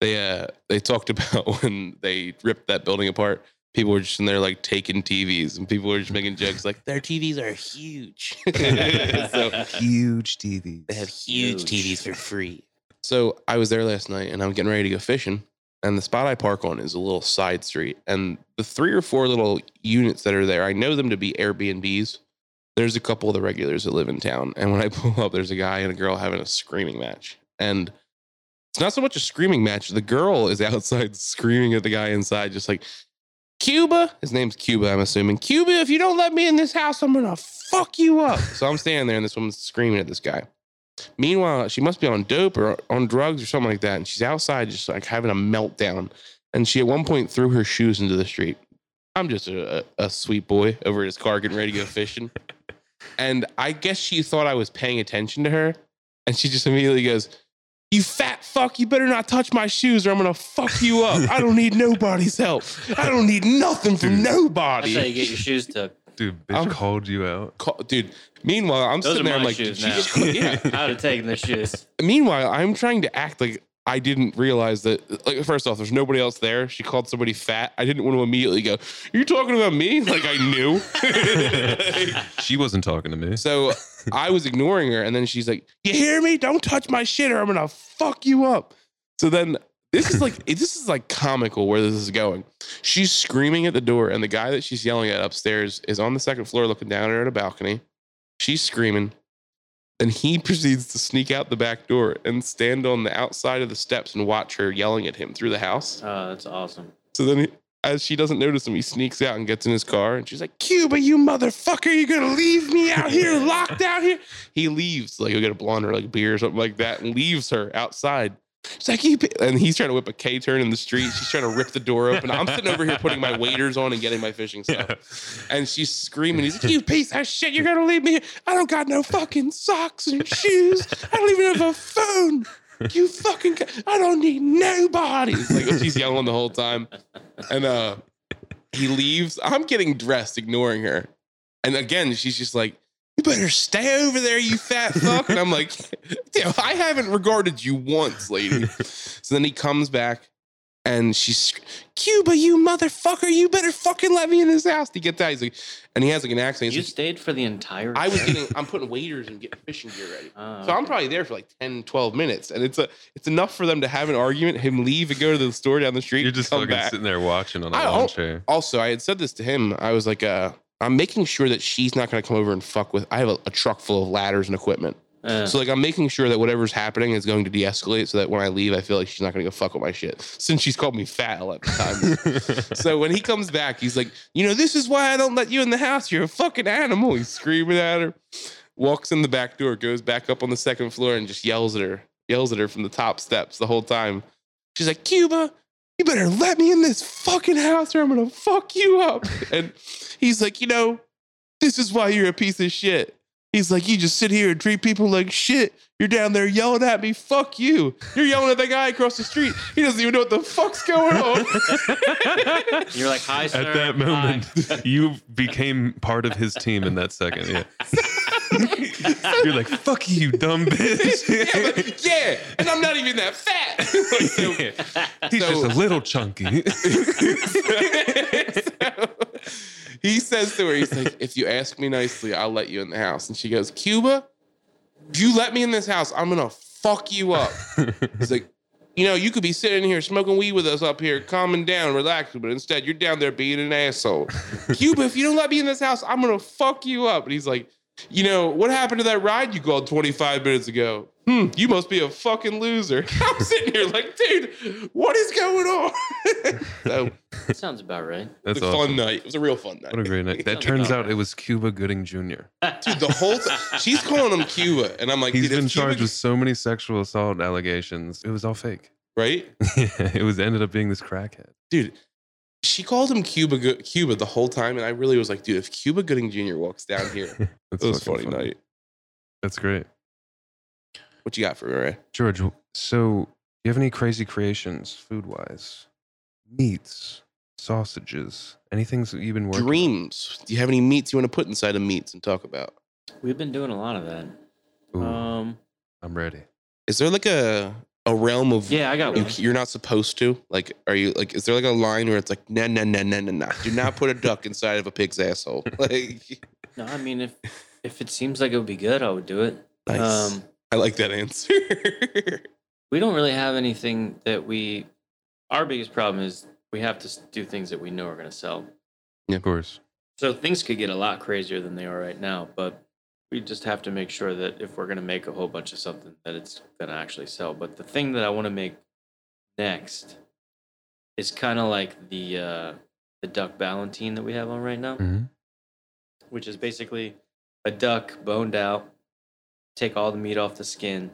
They uh they talked about when they ripped that building apart. People were just in there like taking TVs and people were just making jokes like their TVs are huge. so Huge TV. They have huge, Huge. TVs for free. So I was there last night and I'm getting ready to go fishing. And the spot I park on is a little side street. And the three or four little units that are there, I know them to be Airbnbs. There's a couple of the regulars that live in town. And when I pull up, there's a guy and a girl having a screaming match. And it's not so much a screaming match. The girl is outside screaming at the guy inside, just like, Cuba, his name's Cuba, I'm assuming. Cuba, if you don't let me in this house, I'm gonna fuck you up. So I'm standing there and this woman's screaming at this guy. Meanwhile, she must be on dope or on drugs or something like that. And she's outside just like having a meltdown. And she at one point threw her shoes into the street. I'm just a, a, a sweet boy over at his car getting ready to go fishing. and I guess she thought I was paying attention to her. And she just immediately goes, You fat fuck, you better not touch my shoes or I'm going to fuck you up. I don't need nobody's help. I don't need nothing from Dude. nobody. That's how you get your shoes took. Dude, bitch I'm- called you out. Call- Dude, meanwhile, I'm Those sitting are there, I'm my like, shoes "Jesus now." Christ, yeah. I would have taken the shoes. Meanwhile, I'm trying to act like I didn't realize that. Like, first off, there's nobody else there. She called somebody fat. I didn't want to immediately go, "You're talking about me?" Like I knew. She wasn't talking to me. so I was ignoring her, and then she's like, "You hear me? Don't touch my shit, or I'm gonna fuck you up." So then this is like this is like comical where this is going. She's screaming at the door, and the guy that she's yelling at upstairs is on the second floor looking down at her at a balcony. She's screaming. Then he proceeds to sneak out the back door and stand on the outside of the steps and watch her yelling at him through the house. Oh, that's awesome. So then, he, as she doesn't notice him, he sneaks out and gets in his car. And she's like, Cuba, you motherfucker, you're going to leave me out here, locked out here. He leaves, like, he'll get a blonde or like a beer or something like that, and leaves her outside. She's like, you, bi-" and he's trying to whip a K turn in the street. She's trying to rip the door open. I'm sitting over here putting my waders on and getting my fishing stuff. And she's screaming, he's like, you piece of shit, you're gonna leave me here. I don't got no fucking socks and shoes. I don't even have a phone. You fucking, ca- I don't need nobody. It's like, she's yelling the whole time. And uh he leaves. I'm getting dressed, ignoring her. And again, she's just like, you better stay over there, you fat fuck. And I'm like, "Damn, I haven't regarded you once, lady. So then he comes back and she's sc- Cuba, you motherfucker, you better fucking let me in this house. He gets out. He's like, and he has like an accent. You He's like, stayed for the entire. I was trip? getting, I'm putting waders and getting fishing gear ready. Oh, So I'm okay. probably there for like 10, 12 minutes. And it's a it's enough for them to have an argument, him leave and go to the store down the street. You're just come fucking back. sitting there watching on a I lawn don't- chair. Also, I had said this to him. I was like, uh, I'm making sure that she's not going to come over and fuck with. I have a, a truck full of ladders and equipment. Uh, So, like, I'm making sure that whatever's happening is going to de escalate so that when I leave, I feel like she's not going to go fuck with my shit. Since she's called me fat a lot of times. so, when he comes back, he's like, You know, this is why I don't let you in the house. You're a fucking animal. He's screaming at her, walks in the back door, goes back up on the second floor, and just yells at her, yells at her from the top steps the whole time. She's like, Cuba, you better let me in this fucking house or I'm gonna fuck you up. And he's like, you know, this is why you're a piece of shit. He's like, you just sit here and treat people like shit. You're down there yelling at me, fuck you. You're yelling at the guy across the street. He doesn't even know what the fuck's going on. You're like, hi, sir. At that hi." moment, you became part of his team in that second. Yeah. You're like, fuck you, dumb yeah, bitch. like, yeah, and I'm not even that fat. Like, so- He's So- just a little chunky. he says to her, he's like, if you ask me nicely, I'll let you in the house. And she goes, Cuba, if you let me in this house, I'm gonna fuck you up. he's like, you know, you could be sitting here smoking weed with us up here, calming down, relaxing, but instead you're down there being an asshole. Cuba, if you don't let me in this house, I'm gonna fuck you up. And he's like, you know, what happened to that ride you called 25 minutes ago? Hmm, hmm, you must be a fucking loser. I'm sitting here like, dude, what is going on? so That sounds about right. it was That's a fun awesome. night. It was a real fun night. What a great night. That Sounds turns about out it was Cuba Gooding Jr. Dude, the whole time she's calling him Cuba, and I'm like, He's dude, if been Cuba- charged with so many sexual assault allegations. It was all fake. right, it was ended up being this crackhead. dude. She called him Cuba, Go- Cuba the whole time, and I really was like, dude, if Cuba Gooding Jr. walks down here, That's it was a funny fucking funny. night. That's great. What you got for me, Ray? George, so do you have any crazy creations food wise? Meats, sausages, anything that you've been working Dreams. Do you have any meats you want to put inside of meats and talk about? We've been doing a lot of that. Ooh, Um, I'm ready. Is there like a a realm of yeah, I got you, one. you're not supposed to? Like, are you like? Is there like a line where it's like, no, no, no, no, no, no? Do not put a duck inside of a pig's asshole. Like, No, I mean if if it seems like it would be good, I would do it. nice. Um, I like that answer. we don't really have anything that we. Our biggest problem is we have to s- do things that we know are going to sell. Of course. So things could get a lot crazier than they are right now, but we just have to make sure that if we're going to make a whole bunch of something, that it's going to actually sell. But the thing that I want to make next is kind of like the uh, the duck ballantine that we have on right now, hmm which is basically a duck boned out. Take all the meat off the skin,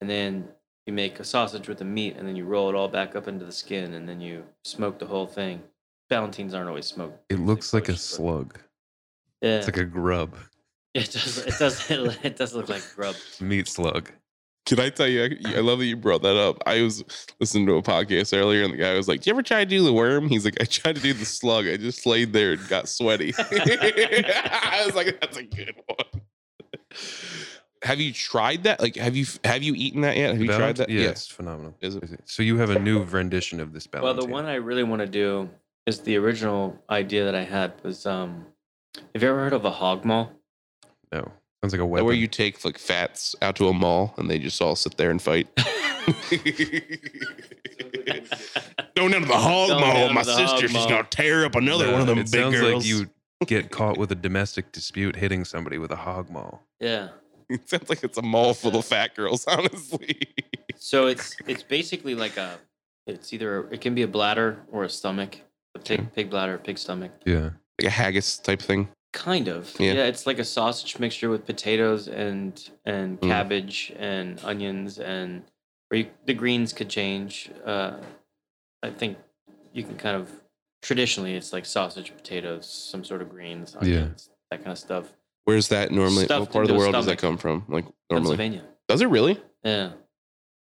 and then you make a sausage with the meat, and then you roll it all back up into the skin, and then you smoke the whole thing. Ballantines aren't always smoked. It looks like a pushed, but- slug. Yeah. It's like a grub, It does. It does. It does look like grub. meat slug. Can I tell you? I I love that you brought that up. I was listening to a podcast earlier, and the guy was like, "Do you ever try to do the worm?" He's like, "I tried to do the slug. I just laid there and got sweaty." I was like, "That's a good one." Have you tried that? Like, have you have you eaten that yet? Have you tried Ballant- that? Yeah, Yes. it's phenomenal. Is it? So you have a new rendition of this Well, balance. the one I really want to do is the original idea that I had was um, have you ever heard of a hog maw? no sounds like a Where weapon. you take like fats out to a mall and they just all sit there and fight. Going down to the hog Going down mall. to My the hog sister, she's mall. gonna tear up another No, one of them it big sounds girls. like you get caught with a domestic dispute hitting somebody with a hog maul. Yeah. It sounds like it's a mall full of fat girls, honestly. So it's it's basically like a. It's either it can be a bladder or a stomach, a pig, pig bladder, pig stomach. Yeah. Like a haggis type thing. Kind of. Yeah. Yeah. it's like a sausage mixture with potatoes and and Mm. cabbage and onions and or you, the greens could change. Uh, I think you can kind of traditionally it's like sausage, potatoes, some sort of greens, Yeah. onions, that kind of stuff. Where's that normally? Stuffed what part of the into a world does that stomach. come from? Like normally, Pennsylvania. Um, does it really? Yeah.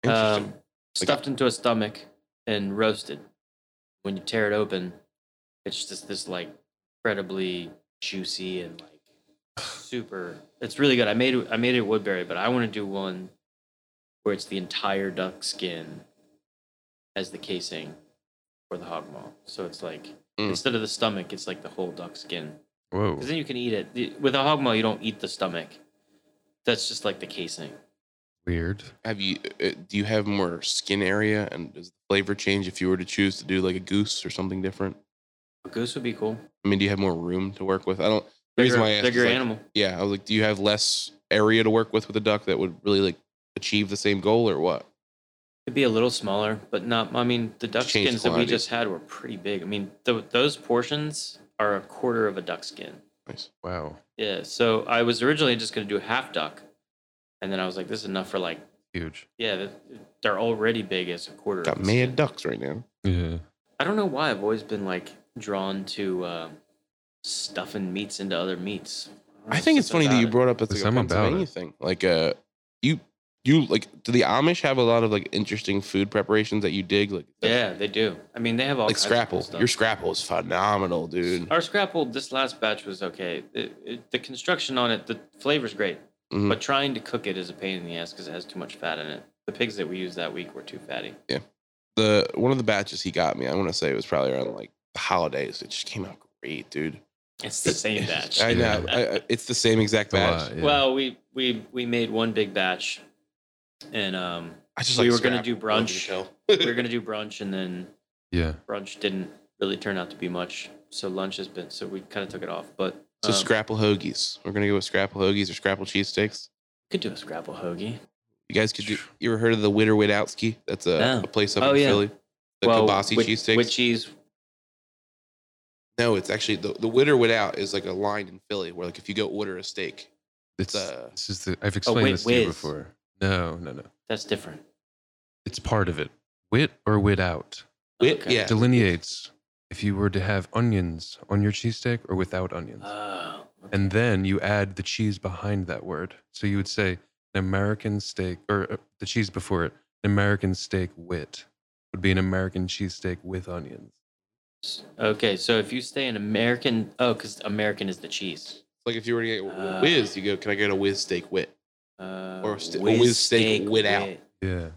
Interesting. Um, stuffed into a stomach and roasted. When you tear it open, it's just this like incredibly juicy and like super. It's really good. I made it- I made it at Woodbury, but I want to do one where it's the entire duck skin as the casing for the hog maw. So it's like Mm. instead of the stomach, it's like the whole duck skin. Whoa. Because then you can eat it The- with a hog maw. You don't eat the stomach. That's just like the casing. Weird. have you? Uh, do you have more skin area, and does the flavor change if you were to choose to do like a goose or something different? A goose would be cool. I mean, do you have more room to work with? I don't. The Bigger, reason why I asked is, bigger like, animal. Yeah, I was like, do you have less area to work with with a duck that would really like achieve the same goal or what? It'd be a little smaller, but not. I mean, the duck Change the skins that we quantity. just had were pretty big. I mean, th- those portions are a quarter of a duck skin. Nice. Wow. Yeah. So I was originally just going to do half duck, and then I was like, this is enough for like, Huge. yeah, th- they're already big as a quarter. of Got the mad skin. ducks right now. Yeah. I don't know why I've always been like drawn to uh, stuffing meats into other meats. don't know, I think it's something funny that about you it. brought up it's like There's a something about Pennsylvania it. thing. Like uh you you like do the Amish have a lot of like interesting food preparations that you dig? Like Yeah, they do. I mean, they have all like kinds of cool scrapple. stuff. Your scrapple is phenomenal, dude. Our scrapple, this last batch was okay. It, it, the construction on it, the flavor's great, Mhm. but trying to cook it is a pain in the ass because it has too much fat in it. The pigs that we used that week were too fatty. The one of the batches he got me, I want to say it was probably around like the holidays. It just came out great, dude. It's the same batch. I know. I, I- it's the same exact It's a batch. lot, yeah. Well, we we we made one big batch, and um, I just We like were gonna scrapple. do brunch. Love we were gonna do brunch, and then yeah. brunch didn't really turn out to be much. So lunch has been. So we kind of took it off, but So um, scrapple hoagies. We're gonna go with scrapple hoagies or scrapple cheesesteaks. could do a scrapple hoagie. You guys could do, you ever heard of the Witter Widowski? That's a, No. a place up Oh, in yeah. Philly. The kielbasi with- cheesesteaks. With cheese. no, it's actually the, the Witter Widout is like a line in Philly where like if you go order a steak, It's, Uh, this is the, I've explained wait, this to whiz. you before. No, no, no. That's different. It's part of it. Wit or wit out wit, Okay. yeah, delineates if you were to have onions on your cheesesteak or without onions. Oh. okay. and then you add the cheese behind that word. So you would say an American steak or uh, the cheese before it, an American steak wit would be an American cheesesteak with onions. Okay, so if you stay in American, oh, because American is the cheese. like if you were to get Uh. whiz, you go, can I get a whiz steak wit? Uh, Or st- or with steak without. wit. Yeah.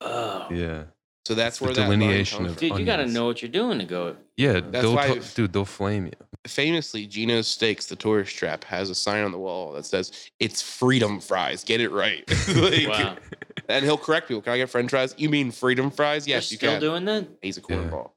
Oh. Yeah. So that's the where that line delineation comes of- from. Dude, you gotta Onions. know what you're doing to go. Yeah. That's they'll why to- if- dude, they'll flame you. famously Gino's Steaks, the tourist trap, has a sign on the wall that says "It's freedom fries. Get it right." Like, Wow. And he'll correct people. Can I get French fries? You mean freedom fries? You're Yes, you still can. doing that? He's a Yeah. cornball.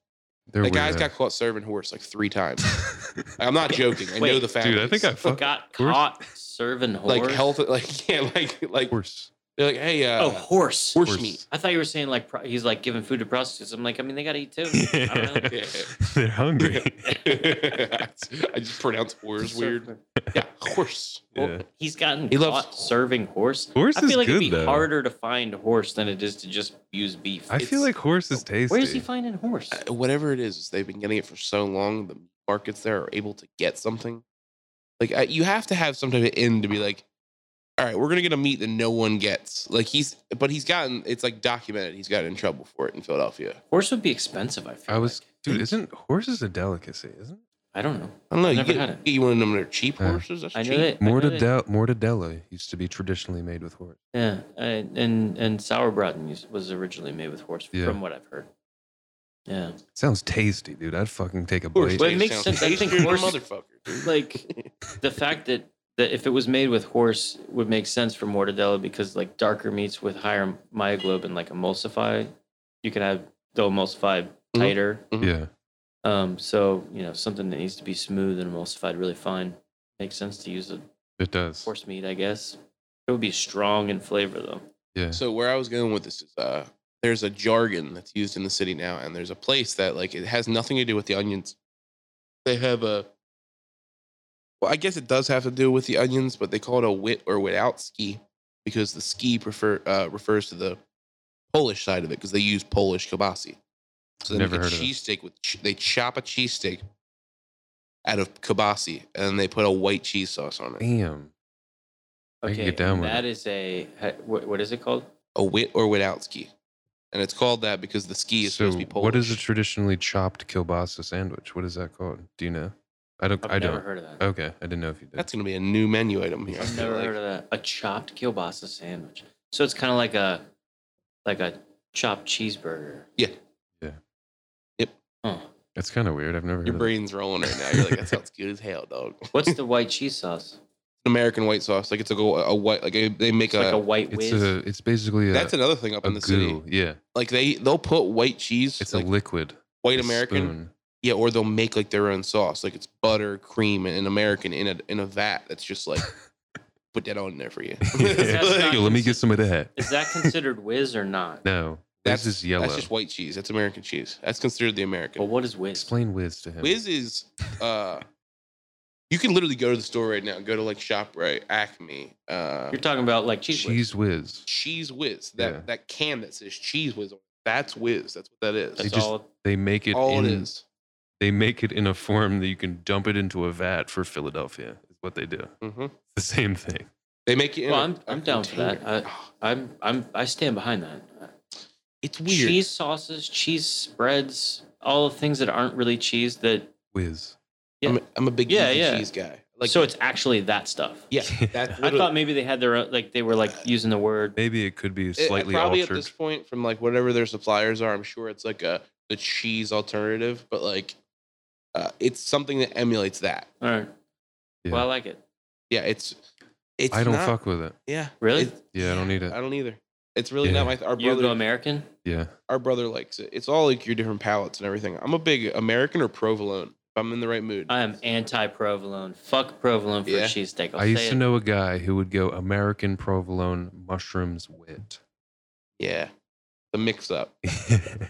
They're the guy's weirdos. got caught serving horse like three times. Like, I'm not joking. I know Wait. the fact. Dude, I think I fuck Got horse. caught serving horse. like health. Like yeah, like like horse. they're like hey, uh, Oh, horse. horse, horse. meat. I thought you were saying like pro- he's like giving food to prostitutes. I'm like, I mean, they gotta eat too. I don't know. Yeah. They're hungry. I just pronounce horse weird. Yeah, horse. Well, Yeah. He's gotten He caught loves- serving horse. Horse I is feel like good it'd be though. harder to find horse than it is to just use beef. I feel It's- like horse is tasty. Where is he finding horse? Uh, whatever it is, they've been getting it for so long. The markets there are able to get something. Like I, you have to have some type of end to be like, all right, we're gonna get a meat that no one gets. Like he's, but he's gotten. It's like documented. He's gotten in trouble for it in Philadelphia. Horse would be expensive. I feel. I was like. dude, isn't horse is a delicacy, isn't it? I don't know. I don't know. You Never get, had get you one of them that are cheap Yeah. horses. That's I know cheap. that. I know that- Mortadella, mortadella used to be traditionally made with horse. Yeah, I, and and sauerbraten used- was originally made with horse, Yeah. from what I've heard. Yeah, Sounds tasty, dude. I'd fucking take a Horse bite. Well, it taste makes sounds sense. I think tastier than a horse- motherfucker. dude. like the fact that that if it was made with horse would make sense for mortadella because like darker meats with higher myoglobin like emulsify, you can have the emulsify Mhm. tighter. Yeah. Um, so you know something that needs to be smooth and emulsified really fine makes sense to use a It does. horse meat, I guess. It would be strong in flavor though. Yeah. So where I was going with this is uh there's a jargon that's used in the city now and there's a place that like it has nothing to do with the onions. They have a well, I guess it does have to do with the onions, but they call it a wit or without ski because the ski prefer uh, refers to the Polish side of it because they use Polish kielbasi. So they Never make a heard of it. cheesesteak with ch- they chop a cheesesteak out of kielbasi and then they put a white cheese sauce on it. Damn. I can Okay, get down with that is a ha- what, what is it called? A wit or without ski. And it's called that because the ski is supposed to be Polish. what is a traditionally chopped kielbasa sandwich? What is that called? Do you know? I don't. I've I never don't. heard of that. Okay, I didn't know if you did. That's gonna be a new menu item here. I I've feel never like. heard of that. A chopped kielbasa sandwich. So it's kind of like a like a chopped cheeseburger. Yeah. Yeah. Yep. Huh. That's kind of weird. I've never heard Your of that. brain's rolling right now. You're like, that sounds good as hell, dog. What's the white cheese sauce? American white sauce, like it's a, go- a white, like a, they make It's a. like a white It's whiz. a. It's basically a. that's another thing up a in the goo. city. Yeah. Like they, they'll put white cheese, It's it's like a liquid. white a American, spoon. yeah, or they'll make like their own sauce, like it's butter, cream, and American in a in a vat. That's just like, put that on there for you. That's not- Yo, let me get some of that. is that considered whiz or not? No. That's- That's just yellow. That's just white cheese. That's American cheese. That's considered the American. Well, what is whiz? Explain whiz to him. Whiz is uh you can literally go to the store right now, go to like ShopRite, Acme, uh You're talking about like cheese. whiz. Cheese whiz. Cheese Whiz. That Yeah. that can that says cheese whiz on it, that's whiz. That's what that is. That's They just- all. They make it. all in, it is. They make it in a form that you can dump it into a vat for Philadelphia. Is what they do. hmm The same thing. They make it in Well, a- I'm- a I'm down for that. container. I- Ah, I'm. I'm. I stand behind that. it's weird. Cheese sauces, cheese spreads, all the things that aren't really cheese. That Whiz. yeah. I'm, a, I'm a big Yeah, geek and yeah. cheese guy. Like so it's actually that stuff. yeah, that's I thought literally- maybe they had their own, like they were like using the word. Maybe it could be it- slightly Eh, probably altered. at this point from like whatever their suppliers are. I'm sure it's like a the cheese alternative, but like uh, it's something that emulates that. All right. Yeah. Well, I like it. Yeah, it's it's I don't not- fuck with it. Yeah. Really? It- Yeah, I don't need it. I don't either. It's really Yeah. not my th- our You go brother. American? Yeah. our brother likes it. It's all like your different palates and everything. I'm a big American or provolone. If I'm in the right mood. I am anti provolone. Fuck provolone for Yeah. a cheesesteak. I'll I say used to it. know a guy who would go American provolone mushrooms wit. yeah. The mix up. The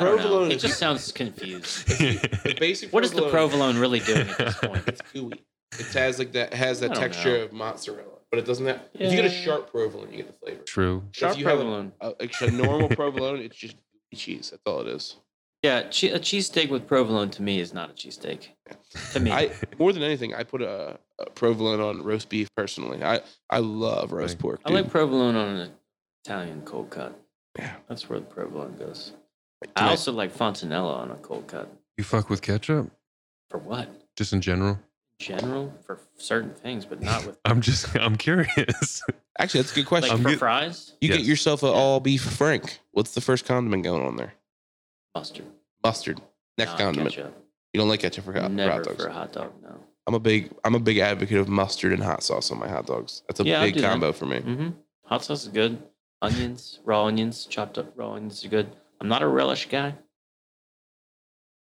I don't know. provolone It is just sounds confused. the basic. What is the provolone? provolone really doing at this point? It's gooey. It has like that has I that don't texture know. of mozzarella, but it doesn't have. If you get a Yeah. sharp provolone, you get the flavor. True. Sharp you have a- provolone. A, it's a normal provolone, it's just cheese. That's all it is. Yeah, che- a cheesesteak with provolone to me is not a cheesesteak. To me, I more than anything, I put a, a provolone on roast beef personally. I I love roast Right. pork. I dude. like provolone on an Italian cold cut. Yeah. That's where the provolone goes. I Tonight- also like fontanella on a cold cut. You fuck with ketchup? For what? Just in general? General? For certain things, but not with. I'm just I'm curious. Actually, that's a good Like question. I'm for get- fries? you get Yes. yourself an all beef frank. What's the first condiment going on there? Mustard. Mustard. Next not condiment. ketchup. You don't like ketchup for, hot- for Oh, Never hot dogs. for a hot dog, no. I'm a big I'm a big advocate of mustard and hot sauce on my hot dogs. That's a Yeah, I'll do big that. combo for me. Mm-hmm. Hot sauce is good. Onions, raw onions, chopped up raw onions are good. I'm not a relish guy,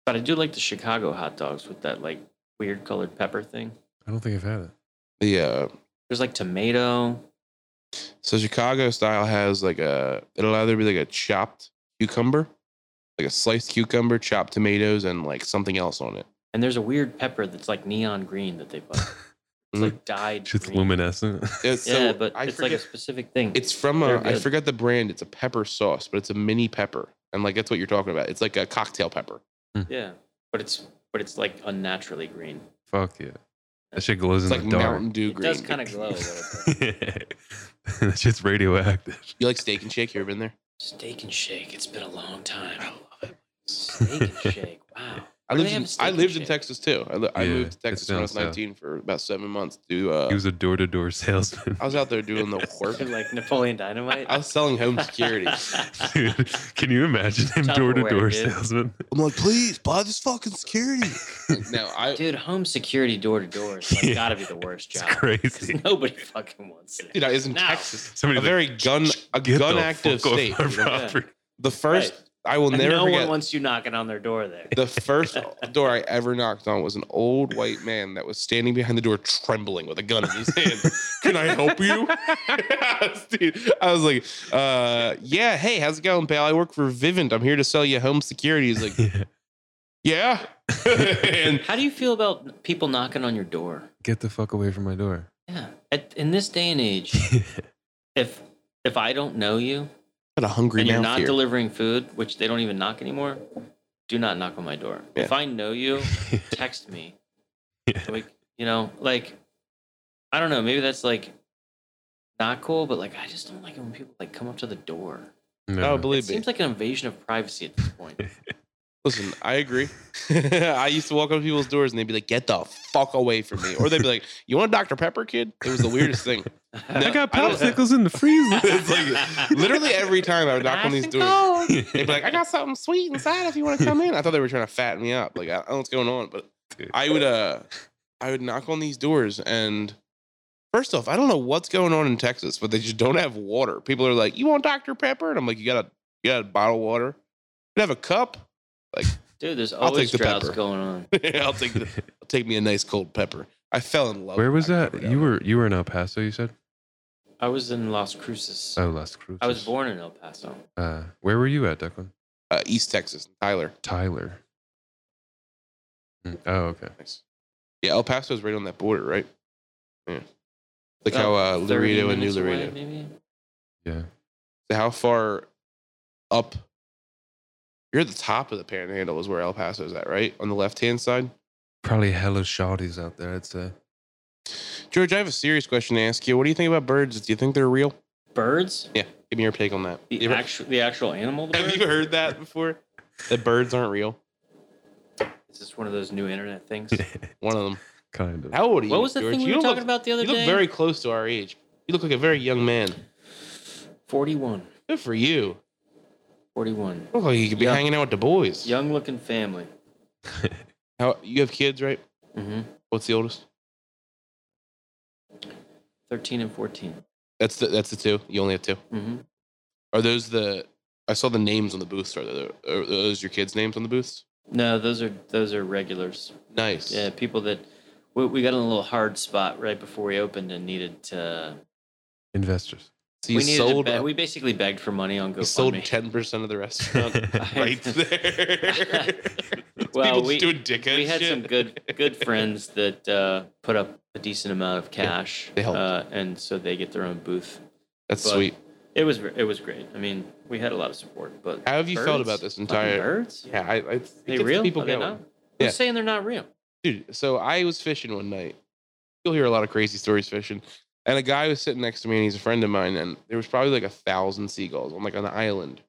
but I do like the Chicago hot dogs with that like weird colored pepper thing. I don't think I've had it. The uh, There's like tomato. So Chicago style has like a it'll either be like a chopped cucumber, like a sliced cucumber, chopped tomatoes, and like something else on it. And there's a weird pepper that's like neon green that they put. It's like dyed. Shit's green. luminescent. It's- Mm-hmm. so yeah, but I it's forget, like a specific thing. it's from a, they're I good. forgot the brand. It's a pepper sauce, but it's a mini pepper, and like that's what you're talking about. It's like a cocktail pepper. yeah, but it's but it's like unnaturally green. Fuck yeah. That shit glows It's in like the dark. Mountain Dew It green. does kind of glow a little bit. that shit's radioactive. You like Steak and Shake? You ever been there? Steak and Shake. It's been a long time. I love it. Steak and Shake. Wow. I Where do lived they in, have Steak I and lived in Shake? Texas too. I, li- I Yeah, moved to it's Texas when I down was south. 19 for about seven months. To uh, He was a door to door salesman. I was out there doing the work. like Napoleon Dynamite. I was selling home security. Oh. Dude, can you imagine him Tupperware, door to door dude. salesman? I'm like, please buy this fucking security. no, I Dude, home security door to door is like Yeah. gotta be the worst It's job. crazy. Nobody fucking wants it. dude, I was in Now. Texas, Somebody a very gun a Get gun the active fuck off state. my you know? property. The first Right. I will And never no forget. one wants you knocking on their door there. the first door I ever knocked on was an old white man that was standing behind the door trembling with a gun in his hand. Can I help you? Dude, I was like, uh, yeah, hey, how's it going, pal? I work for Vivint. I'm here to sell you home security. He's like, Yeah. yeah. and How do you feel about people knocking on your door? Get the fuck away from my door. Yeah. At, in this day and age, if if I don't know you got a hungry and you're mouth not here. delivering food, which they don't even knock anymore, do not knock on my door. Yeah. If I know you, text me. Yeah. Like, you know, like I don't know, maybe that's like not cool, but like I just don't like it when people like come up to the door. No. oh, It believe me. seems like an invasion of privacy at this point. Listen, I agree. I used to walk up to people's doors and they'd be like, "Get the fuck away from me," or they'd be like, "You want a Dr Pepper, kid?" It was the weirdest thing. I got I don't- popsicles in the freezer. Literally every time I would knock on these doors, they'd be like, "I got something sweet inside if you want to come in." I thought they were trying to fatten me up. Like I don't know what's going on, but Dude. I would uh, I would knock on these doors and. First off, I don't know what's going on in Texas, but they just don't have water. People are like, "You want Dr Pepper?" and I'm like, "You got a you got a bottle of water? You have a cup? Dude, there's I'll always take the droughts pepper. going on. I'll take the, I'll take me a nice cold pepper." I fell in love. Where with was Dr. Pepper that? down You there. were you were in El Paso, you said? I was in Las Cruces. Uh, Oh, Las Cruces. I was born in El Paso. Uh, where were you at, Declan? uh, East Texas, Tyler. Tyler. Mm, Oh, okay. Nice. Yeah, El Paso is right on that border, right? Yeah. Like About how uh, 30 Laredo and New Oh, minutes away, Laredo. maybe? Yeah. So how far up? You're at the top of the Panhandle is where El Paso is at, right? On the left hand side. Probably hella shawties out there, I'd say. George, I have a serious question to ask you. What do you think about birds? Do you think they're real? Birds? Yeah, give me your take on that. The You ever- actual the actual animal have bird? you heard that before? That birds aren't real. Is this one of those new internet things? One of them. kind of. How old are you? What was the George? thing we you were don't talking look, about the other You look day? very close to our age. You look like a very young man. 41. Good for you. 41. Look like you could be Yeah. hanging out with the boys. Young looking family. How you have kids, right? hmm What's the oldest? 13 and 14. That's the that's the two. You only have two. hmm Are those the? I saw the names on the booths. Are, tho- are those your kids' names on the booths? No, those are those are regulars. Nice. Yeah, people that we, we got in a little hard spot right before we opened and needed to. Investors. So you we needed sold, to beg- we basically begged for money on you sold GoFundMe. ten percent of the restaurant right there. Well, People we- just doing dickhead we had shit. some good good friends that uh, put up a decent amount of cash. they helped. uh, and so they get their own booth. That's but- sweet. It was it was great. I mean, we had a lot of support. But How have you felt birds? about this Fucking entire? birds? Yeah, I, I it They gets real? People Are they going. not? Who's Yeah. saying they're not real? dude. So I was fishing one night. You'll hear a lot of crazy stories fishing. And a guy was sitting next to me, and he's a friend of mine. And there was probably like a thousand seagulls on like an island.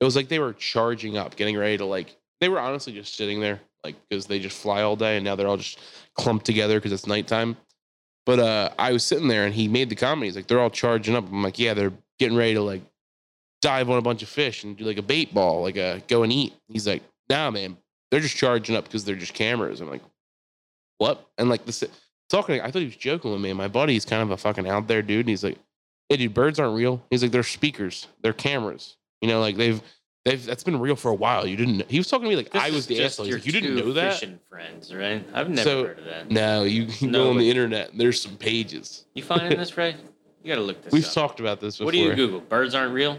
It was like they were charging up, getting ready to like. They were honestly just sitting there, like because they just fly all day, and now they're all just clumped together because it's nighttime. But uh, I was sitting there, and he made the comment. He's like, "They're all charging up." I'm like, "Yeah, they're getting ready to like dive on a bunch of fish and do like a bait ball, like a go and eat." He's like, "Nah, man, they're just charging up because they're just cameras." I'm like what? And like this talking, I thought he was joking with me. And my buddy's kind of a fucking out there dude. And he's like, hey, dude, birds aren't real. He's like, they're speakers, they're cameras. You know, like they've, they've, that's been real for a while. You didn't, know. he was talking to me like This I was is the just asshole. He's your like, you didn't two know that? Fishing friends, right? I've never So- heard of that. No, you can No, go on but- the internet. and There's some pages. You finding this, Ray? You got to look this We've up. talked about this before. what do you Google? Birds aren't real.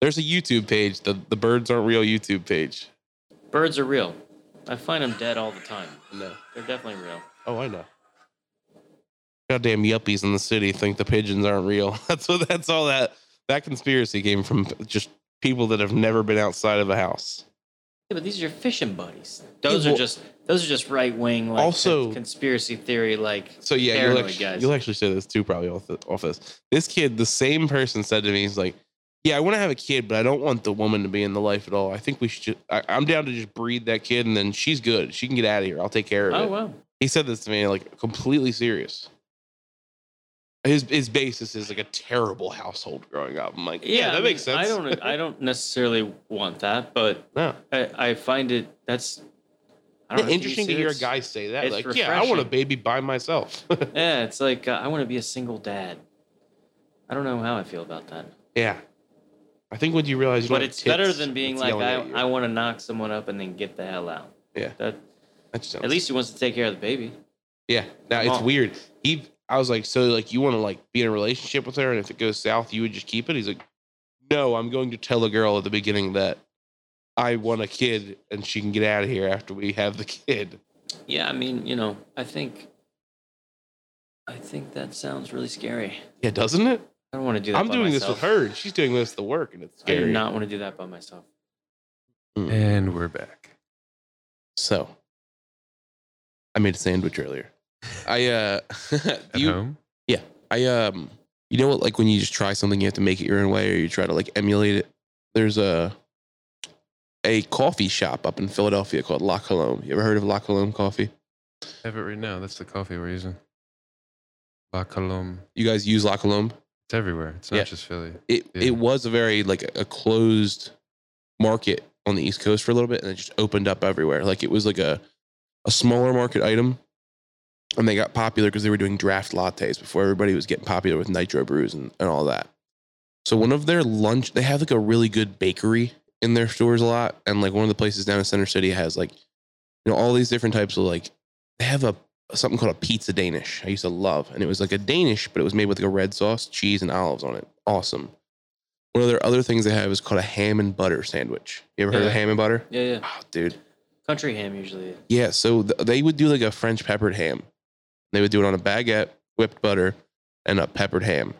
There's a YouTube page, the, the birds aren't real YouTube page. Birds are real. I find them dead all the time. No. They're definitely real. Oh, I know. Goddamn yuppies in the city think the pigeons aren't real. That's what. That's all that. That conspiracy came from just people that have never been outside of a house. Yeah, but these are your fishing buddies. Those well- are just those are just right wing like Also- cons- conspiracy theory like So yeah, Paranoid you'll, actually, guys. you'll actually say this too, probably off, the, off this. This kid, the same person said to me, he's like, "Yeah, I want to have a kid, but I don't want the woman to be in the life at all. I think we should. Just, I, I'm down to just breed that kid, and then she's good. She can get out of here. I'll take care of it." oh wow. He said this to me like completely serious. His his basis is like a terrible household growing up. I'm like, yeah, I that mean, makes sense. I don't I don't necessarily want that, but No, I, I find it that's I don't know if you interesting to see hear a it's- guy say that. it's Like, yeah, I want a refreshing. baby by myself. Yeah, it's like uh, I want to be a single dad. I don't know how I feel about that, yeah, I think when you realize, you don't but have it's better tits, than being it's like yelling I, at you. I want to knock someone up and then get the hell out. Yeah. that That just sounds- at least he wants to take care of the baby. yeah. Now Come it's on. weird. He, I was like, so like you want to like be in a relationship with her, and if it goes south, you would just keep it. He's like, no, I'm going to tell a girl at the beginning that I want a kid, and she can get out of here after we have the kid. Yeah, I mean, you know, I think, I think that sounds really scary. Yeah, doesn't it? I don't want to do that. I'm by doing this with myself. her. and She's doing most of the work, and it's I do scary. not want to do that by myself. Mm. And we're back. So, I made a sandwich earlier. I uh, At you home? I um, you know what? Like when you just try something, you have to make it your own way, or you try to like emulate it. There's a a coffee shop up in Philadelphia called La Colombe. You ever heard of La Colombe coffee? Have it right now. That's the coffee we're using. La Colombe. You guys use La Colombe? It's everywhere. It's not Yeah. just Philly. It Yeah. it was a very like a closed market on the East Coast for a little bit, and it just opened up everywhere. Like it was like a a smaller market item, and they got popular because they were doing draft lattes before everybody was getting popular with nitro brews and, and all that. So one of their lunch, they have like a really good bakery in their stores a lot, and like one of the places down in Center City has like you know all these different types of like they have a something called a pizza Danish. I used to love, and it was like a Danish, but it was made with like a red sauce, cheese, and olives on it. Awesome. One of their other things they have is called a ham and butter sandwich. You ever heard of Yeah. ham and butter? Yeah, yeah. Oh, dude. Country ham usually. Yeah. So th- they would do like a French peppered ham. They would do it on a baguette, whipped butter, and a peppered ham.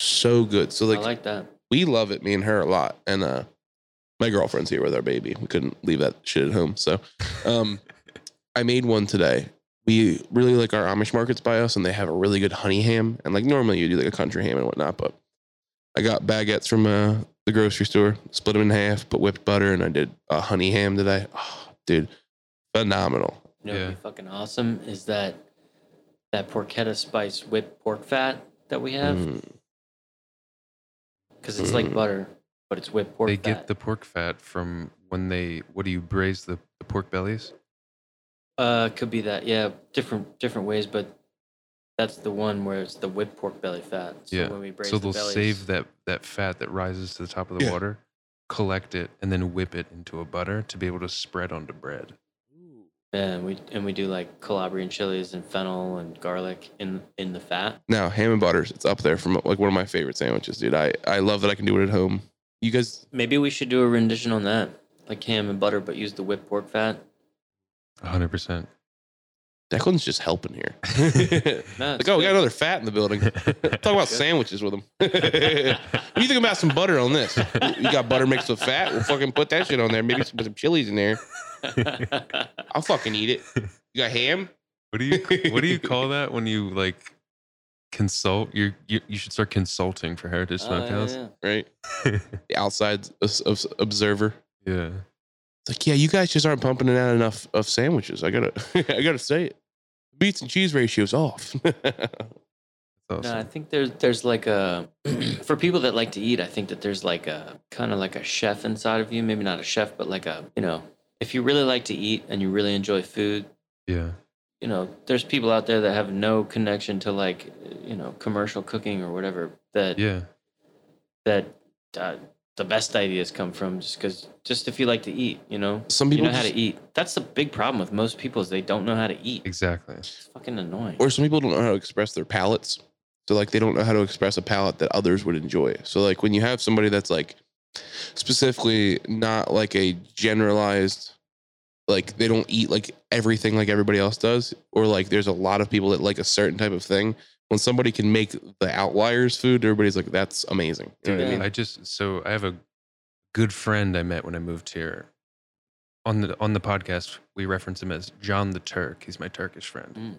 So good. So like, I like that. we love it, me and her a lot. And uh, my girlfriend's here with our baby. We couldn't leave that shit at home. So um, I made one today. We really like our Amish markets by us, and they have a really good honey ham. And like normally you do like a country ham and whatnot, but I got baguettes from uh, the grocery store, split them in half, put whipped butter, and I did a honey ham today. Oh, dude, phenomenal. You know, what'd Yeah. be fucking awesome is that that porchetta spice whipped pork fat that we have Mm. because it's Mm. like butter, but it's whipped pork they fat. get the pork fat from when they, what do you braise the, the pork bellies? Uh, could be that. Yeah, different different ways, but That's the one where it's the whipped pork belly fat. So Yeah. When we braise so the they'll bellies, save that that fat that rises to the top of the Yeah. water, collect it, and then whip it into a butter to be able to spread onto bread. Yeah, and we and we do like Calabrian chilies and fennel and garlic in in the fat. Now, ham and butters, it's up there from like one of my favorite sandwiches, dude. I, I love that I can do it at home. You guys, Maybe we should do a rendition on that, like ham and butter, but use the whipped pork fat. A hundred percent. Declan's just helping here. like, No, it's oh, we good. got another fat in the building. Talk about Good. sandwiches with him. what do you think about some butter on this? You got butter mixed with fat? We'll fucking put that shit on there. Maybe put some chilies in there. I'll fucking eat it. You got ham? What do you What do you call that when you like consult? You you you should start consulting for Heritage Oh, yeah, Smokehouse. yeah. Right? The outside os- os- observer. yeah. It's like, yeah, you guys just aren't pumping it out enough of sandwiches. I gotta, I gotta say it. Beets and cheese ratio's off. That's No, I awesome. think there's there's like a for people that like to eat. I think that there's like a kind of like a chef inside of you. Maybe not a chef, but like a you know, if you really like to eat and you really enjoy food, yeah. you know, there's people out there that have no connection to like you know commercial cooking or whatever that Yeah. that uh, the best ideas come from. Just because just if you like to eat, you know, Some you people know how just- to eat. That's the big problem with most people is they don't know how to eat. Exactly. It's fucking annoying. or some people don't know how to express their palates. So like they don't know how to express a palate that others would enjoy. So like when you have somebody that's like specifically not like a generalized like they don't eat like everything like everybody else does or like there's a lot of people that like a certain type of thing when somebody can make the outliers food everybody's like that's amazing You know what I Yeah. mean? I just so I have a good friend I met when I moved here. On the on the podcast, we reference him as John the Turk. He's my Turkish friend. Mm.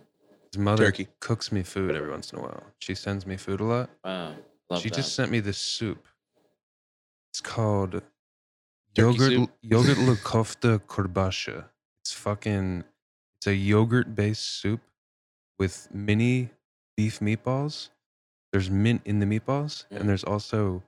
His mother Turkey. cooks me food every once in a while. She sends me food a lot. wow, love she that. just sent me this soup. It's called Turkey yogurt soup? yogurt la kofta kurbasha. It's fucking it's a yogurt based soup with mini beef meatballs. There's mint in the meatballs, Mm. and there's also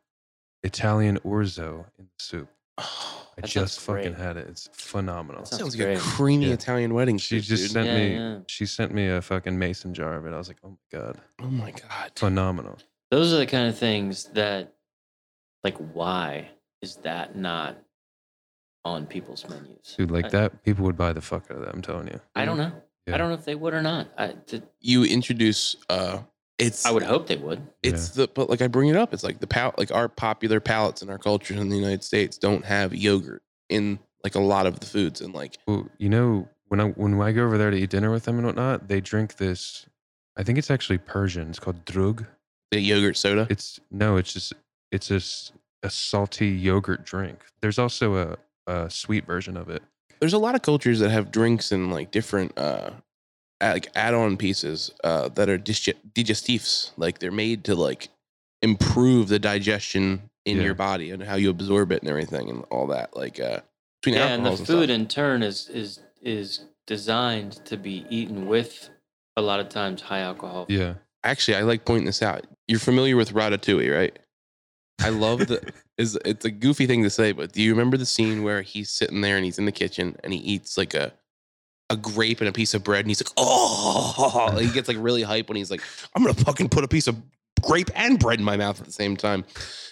Italian orzo in the soup. I That sounds just fucking great. had it. It's phenomenal. That sounds, sounds like a great. creamy Yeah. Italian wedding. She soup, just dude. sent Yeah, me yeah. she sent me a fucking mason jar of it. I was like, oh my god, Oh my god! phenomenal. those are the kind of things that like why is that not on people's menus Dude, like I- that, people would buy the fuck out of that. I'm telling you. i don't know Yeah. i don't know if they would or not i, th- You introduce. uh It's I would hope they would it's the but like I bring it up. It's like the pal like our popular palates and our cultures in the United States don't have yogurt in like a lot of the foods and like Well, you know, when I when I go over there to eat dinner with them and whatnot, they drink this. I think it's actually Persian. It's called drug. the yogurt soda. It's no, it's just it's a, s- a salty yogurt drink. There's also a, a sweet version of it. There's a lot of cultures that have drinks and like different uh a- like add-on pieces uh that are dig- digestifs. Like they're made to like improve the digestion in Yeah. your body and how you absorb it and everything and all that. Like uh between yeah and the alcohols and food stuff. in turn is is is designed to be eaten with a lot of times high alcohol Yeah, actually I like pointing this out. You're familiar with Ratatouille, right? I love the is it's a goofy thing to say, but do you remember the scene where he's sitting there and he's in the kitchen and he eats like a a grape and a piece of bread and he's like, oh, Like, he gets like really hype when he's like, I'm gonna fucking put a piece of grape and bread in my mouth at the same time.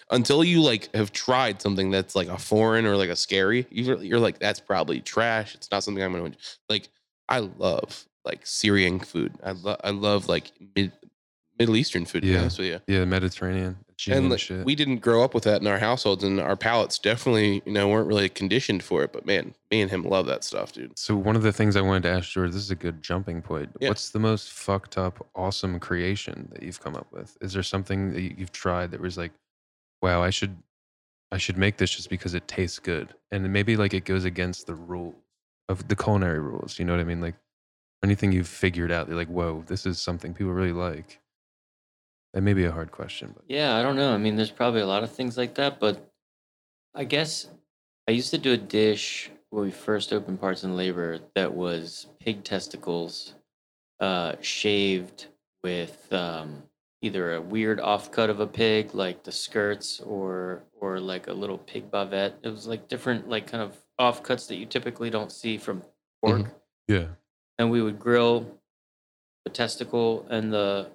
Until you like have tried something that's like a foreign or like a scary, you're, you're like, that's probably trash. It's not something I'm gonna enjoy." like. I love like Syrian food. I love I love like mid Middle Eastern food. To be Yeah. honest with you yeah, Mediterranean, Aegean and like, shit. we didn't grow up with that in our households, and our palates definitely, you know, weren't really conditioned for it. But man, me and him love that stuff, dude. so one of the things I wanted to ask George, this is a good jumping point. Yeah. What's the most fucked up, awesome creation that you've come up with? Is there something that you- you've tried that was like, wow, I should, I should make this just because it tastes good, and maybe like it goes against the rules of the culinary rules. You know what I mean? Like anything you've figured out, you're like, whoa, this is something people really like. That may be a hard question, but Yeah, I don't know. I mean, there's probably a lot of things like that, but I guess I used to do a dish when we first opened Parts and Labor that was pig testicles uh, shaved with um, either a weird offcut of a pig, like the skirts, or or like a little pig bavette. It was like different, like kind of offcuts that you typically don't see from pork Mhm. yeah, and we would grill the testicle and the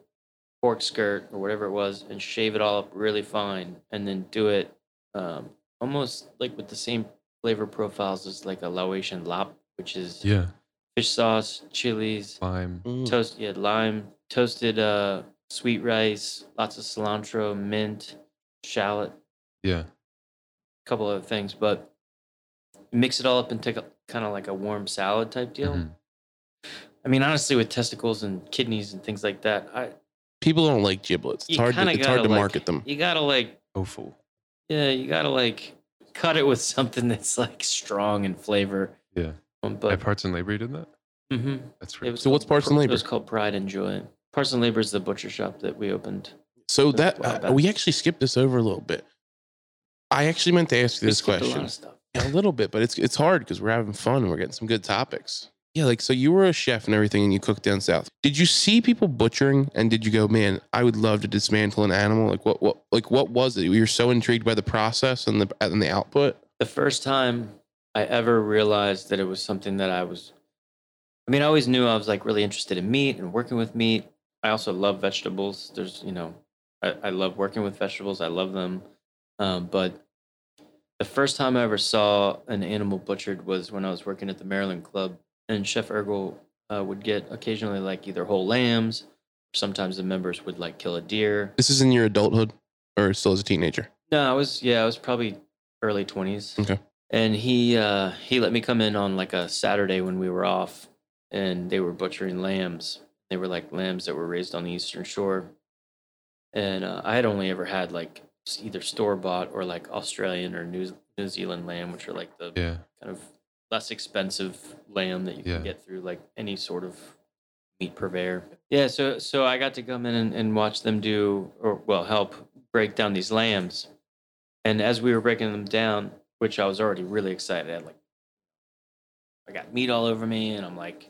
pork skirt or whatever it was and shave it all up really fine and then do it um, almost like with the same flavor profiles as like a Laotian lap, which is Yeah. fish sauce, chilies, Lime. Hmm. toast, yeah, lime, toasted uh, sweet rice, lots of cilantro, mint, shallot, Yeah. a couple other things, but mix it all up and take a kind of like a warm salad type deal. Mhm. I mean, honestly, with testicles and kidneys and things like that, I People don't like giblets. you It's hard. To, kinda it's gotta, hard to like- market them. You gotta like Tofu. Yeah, you gotta like cut it with something that's like strong in flavor. Yeah. Um, but At Parts and Labor, you did that? Mhm. That's it right. was So what's called Parts Pr- and It Labor? was called Pride and Joy. Parts and Labor is the butcher shop that we opened. So that Wow, uh, that- we actually skipped this over a little bit. I actually meant to ask you We this skipped A lot question. of stuff. Yeah, a little bit, but it's it's hard because we're having fun. and We're getting some good topics. Yeah, like so you were a chef and everything, and you cooked down south. Did you see people butchering, and did you go, man? I would love to dismantle an animal. Like what? What? Like what was it? You were so intrigued by the process and the and the output. The first time I ever realized that it was something that I was, I mean, I always knew I was like really interested in meat and working with meat. I also love vegetables. There's, you know, I, I love working with vegetables. I love them. Um, but the first time I ever saw an animal butchered was when I was working at the Maryland Club, and Chef Ergel uh, would get occasionally like either whole lambs. Sometimes the members would like kill a deer. This is in your adulthood, or still as a teenager. No, I was yeah, I was probably early twenties. Okay. And he uh, he let me come in on like a Saturday when we were off, and they were butchering lambs. They were like lambs that were raised on the Eastern Shore, and uh, I had only ever had like s- either store bought or like Australian or New New Zealand lamb, which are like the Yeah. kind of less expensive lamb that you can Yeah. get through like any sort of meat purveyor. Yeah, so so I got to come in and, and watch them do or well help break down these lambs. And as we were breaking them down, which I was already really excited at, like I got meat all over me and I'm like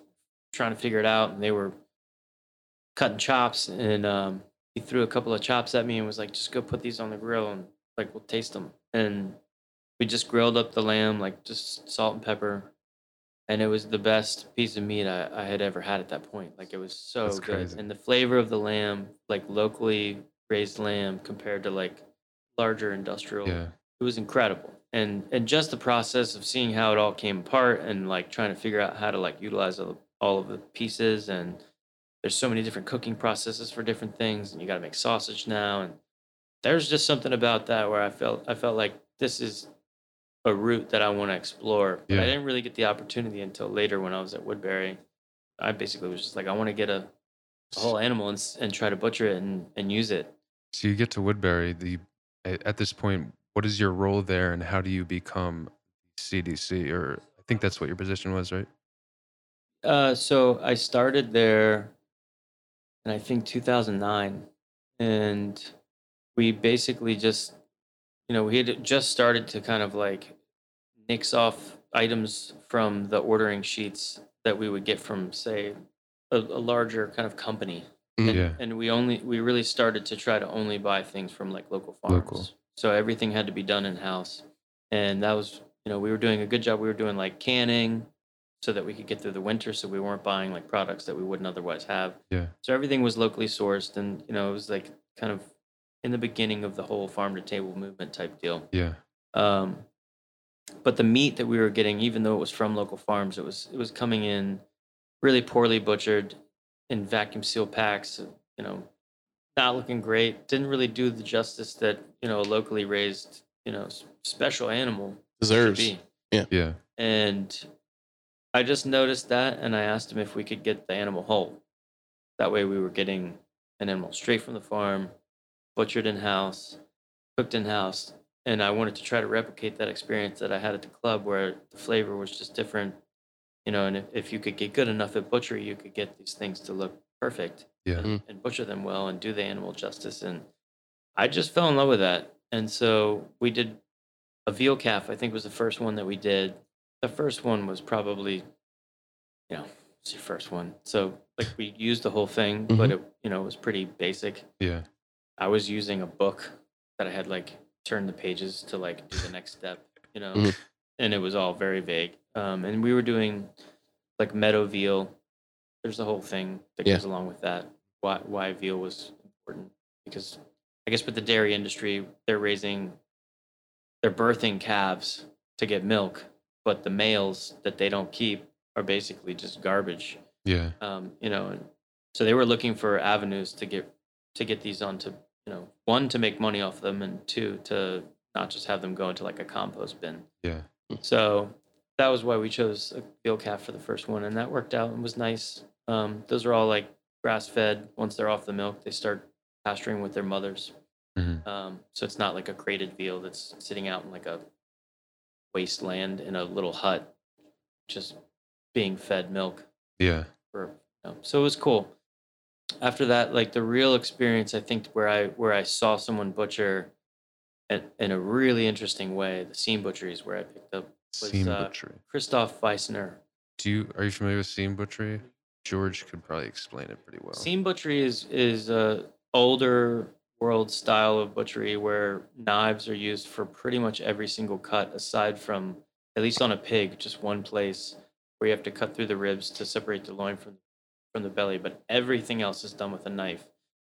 trying to figure it out and they were cutting chops and um, he threw a couple of chops at me and was like, just go put these on the grill and like we'll taste them. And we just grilled up the lamb, like just salt and pepper. And it was the best piece of meat I, I had ever had at that point. Like it was so That's good. crazy. And the flavor of the lamb, like locally raised lamb compared to like larger industrial Yeah. it was incredible and and just the process of seeing how it all came apart and like trying to figure out how to like utilize all, all of the pieces and there's so many different cooking processes for different things and you got to make sausage now and there's just something about that where i felt i felt like this is a route that i want to explore but Yeah. i didn't really get the opportunity until later when i was at woodbury i basically was just like i want to get a, a whole animal and, s- and try to butcher it and, and use it So you get to Woodbury. The a- at this point, what is your role there, and how do you become CDC? Or I think that's what your position was, right? Uh, so I started there, and I think 2009, and we basically just, you know, we had just started to kind of like nix off items from the ordering sheets that we would get from, say, a, a larger kind of company, Mhm. and, Yeah. and we only we really started to try to only buy things from like local farms. Local. So everything had to be done in house, and that was, you know, we were doing a good job. We were doing like canning so that we could get through the winter so we weren't buying like products that we wouldn't otherwise have Yeah. so everything was locally sourced and you know it was like kind of in the beginning of the whole farm to table movement type deal Yeah. um, but the meat that we were getting even though it was from local farms it was it was coming in really poorly butchered in vacuum seal packs you know not looking great didn't really do the justice that you know a locally raised you know s- special animal should Deserves. be Yeah. and I just noticed that, and I asked him if we could get the animal whole. That way, we were getting an animal straight from the farm, butchered in house, cooked in house, and I wanted to try to replicate that experience that I had at the club, where the flavor was just different, you know. And if, if you could get good enough at butchery, you could get these things to look perfect Yeah. and, and butcher them well and do the animal justice. And I just fell in love with that. And so we did a veal calf, I think was the first one that we did. The first one was probably, you know, it's your first one. So like we used the whole thing, but it, you know, it was pretty basic. Yeah. I was using a book that I had like turned the pages to like do the next step, you know, Mhm. and it was all very vague. Um, and we were doing like meadow veal, there's a whole thing that Yeah. goes along with that. Why why veal was important because I guess with the dairy industry, they're raising, they're birthing calves to get milk, but the males that they don't keep are basically just garbage. Yeah. um, you know, and so they were looking for avenues to get to get these onto, you know, one to make money off them, and two to not just have them go into like a compost bin. Yeah. So that was why we chose a veal calf for the first one, and that worked out and was nice. Um, those are all like grass fed. Once they're off the milk, they start pasturing with their mothers. Mhm. Um, so it's not like a crated veal that's sitting out in like a wasteland in a little hut, just being fed milk Yeah. for you know, so it was cool after that like the real experience i think where i where i saw someone butcher in, in a really interesting way the seam butchery is where i picked up Was, Seam uh, butchery. christoph weissner Do you are you familiar with seam butchery? George could probably explain it pretty well. seam butchery is is a older world style of butchery where knives are used for pretty much every single cut aside from at least on a pig just one place where you have to cut through the ribs to separate the loin from from the belly but everything else is done with a knife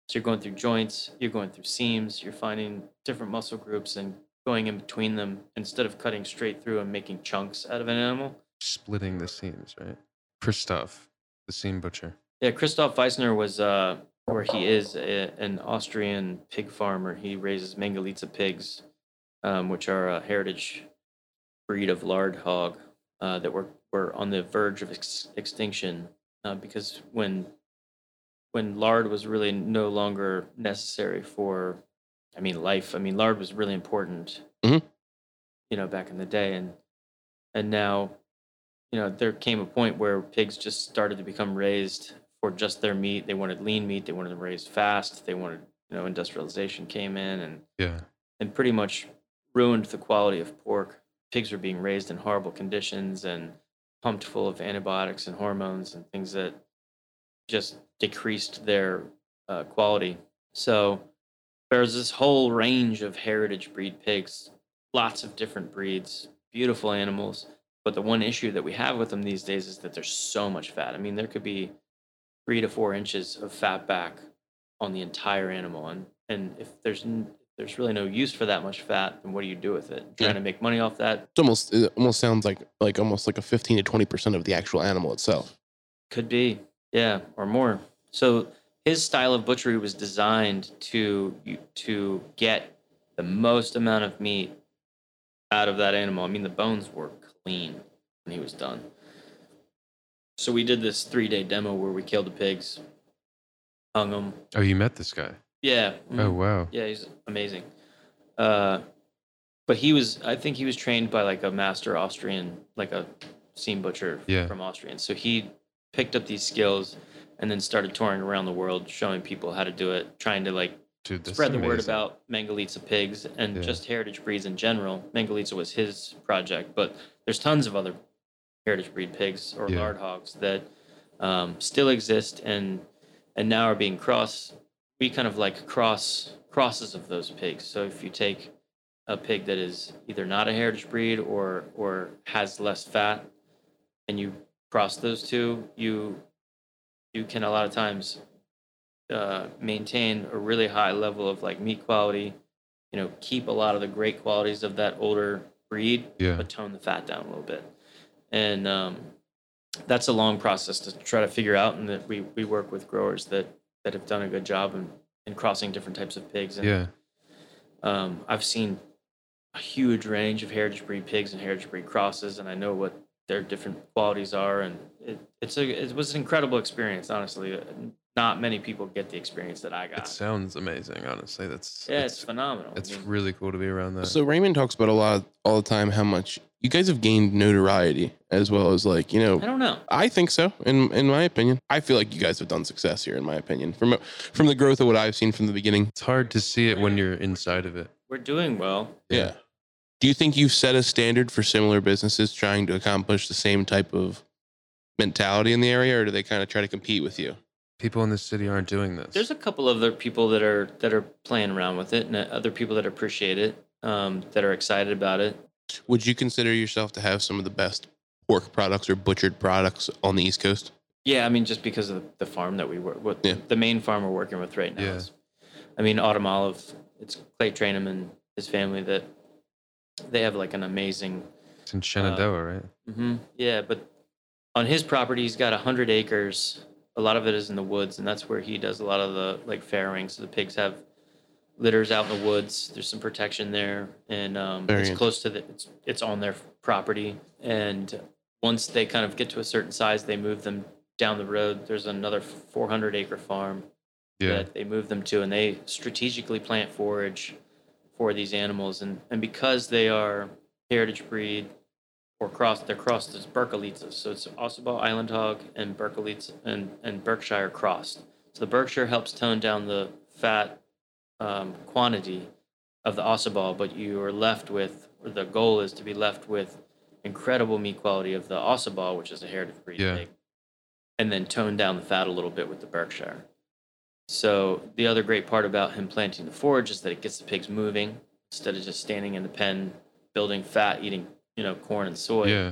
so you're going through joints you're going through seams you're finding different muscle groups and going in between them instead of cutting straight through and making chunks out of an animal Splitting the seams, right? Christoph, the seam butcher. Yeah, Christoph Weissner was, uh, or he is, a, an Austrian pig farmer. He raises Mangalitsa pigs, um, which are a heritage breed of lard hog uh, that were, were on the verge of ex- extinction uh, because when when lard was really no longer necessary for, I mean, life. I mean, lard was really important, Mhm. you know, back in the day, and and now you know, there came a point where pigs just started to become raised for just their meat. They wanted lean meat. They wanted them raised fast. They wanted, you know, industrialization came in and, Yeah. and pretty much ruined the quality of pork. Pigs were being raised in horrible conditions and pumped full of antibiotics and hormones and things that just decreased their uh, quality. So there's this whole range of heritage breed pigs, lots of different breeds, beautiful animals. But the one issue that we have with them these days is that there's so much fat. I mean, there could be three to four inches of fat back on the entire animal, and and if there's n- there's really no use for that much fat, then what do you do with it? Trying Yeah. to make money off that It's almost it almost sounds like like almost like a fifteen to twenty percent of the actual animal itself. Could be, yeah, or more. So his style of butchery was designed to to get the most amount of meat out of that animal. I mean, the bones were clean when he was done. So we did this three day demo where we killed the pigs, hung them. Oh, you met this guy. Yeah. mm. Oh wow. Yeah, he's amazing. Uh, but he was, I think he was trained by like a master Austrian, like a seam butcher Yeah. from Austrian. So he picked up these skills and then started touring around the world, showing people how to do it, trying to like Dude, that's spread the word amazing. about Mangalitsa pigs and Yeah. just heritage breeds in general. Mangalitsa was his project, but there's tons of other heritage breed pigs or Yeah. lard hogs that um, still exist and and now are being cross. We kind of like cross crosses of those pigs. So if you take a pig that is either not a heritage breed or or has less fat, and you cross those two, you you can a lot of times uh, maintain a really high level of like meat quality. You know, keep a lot of the great qualities of that older breed, Yeah. but tone the fat down a little bit. And um, that's a long process to try to figure out. And that we, we work with growers that, that have done a good job in, in crossing different types of pigs. And Yeah. um, I've seen a huge range of heritage breed pigs and heritage breed crosses, and I know what their different qualities are. And it, it's a it was an incredible experience, honestly. Uh, Not many people get the experience that I got. It sounds amazing, honestly. That's yeah, it's, it's, phenomenal. I it's mean, really cool to be around that. So Raymond talks about a lot all the time how much you guys have gained notoriety as well as like you know I don't know. I think so. In in my opinion, I feel like you guys have done success here. In my opinion, from from the growth of what I've seen from the beginning. it's hard to see it when you're inside of it. We're doing well. Yeah. Do you think you've set a standard for similar businesses trying to accomplish the same type of mentality in the area, or do they kind of try to compete with you? People in this city aren't doing this. There's a couple other people that are that are playing around with it, and uh, other people that appreciate it, um, that are excited about it. Would you consider yourself to have some of the best pork products or butchered products on the East Coast? Yeah, I mean, just because of the farm that we work with, Yeah. the main farm we're working with right now. Yeah. Is, I mean, Autumn Olive, it's Clay Trainham and his family that they have like an amazing, It's in uh, Shenandoah, right? hmm yeah, but on his property, he's got 100 acres. A lot of it is in the woods, and that's where he does a lot of the like farrowing. So the pigs have litters out in the woods. There's some protection there, and um, Very it's int- close to the. It's, it's on their property, and once they kind of get to a certain size, they move them down the road. There's another 400 acre farm Yeah. that they move them to, and they strategically plant forage for these animals. And, and because they are heritage breed or crossed, they're crossed as Berkelitzes. So it's Ossabaw Island Hog and Berkelitz and, and Berkshire crossed. So the Berkshire helps tone down the fat um, quantity of the Ossabaw, but you are left with, or the goal is to be left with incredible meat quality of the Ossabaw, which is a heritage breed Yeah. pig, and then tone down the fat a little bit with the Berkshire. So the other great part about him planting the forage is that it gets the pigs moving instead of just standing in the pen building fat, eating you know corn and soy. Yeah.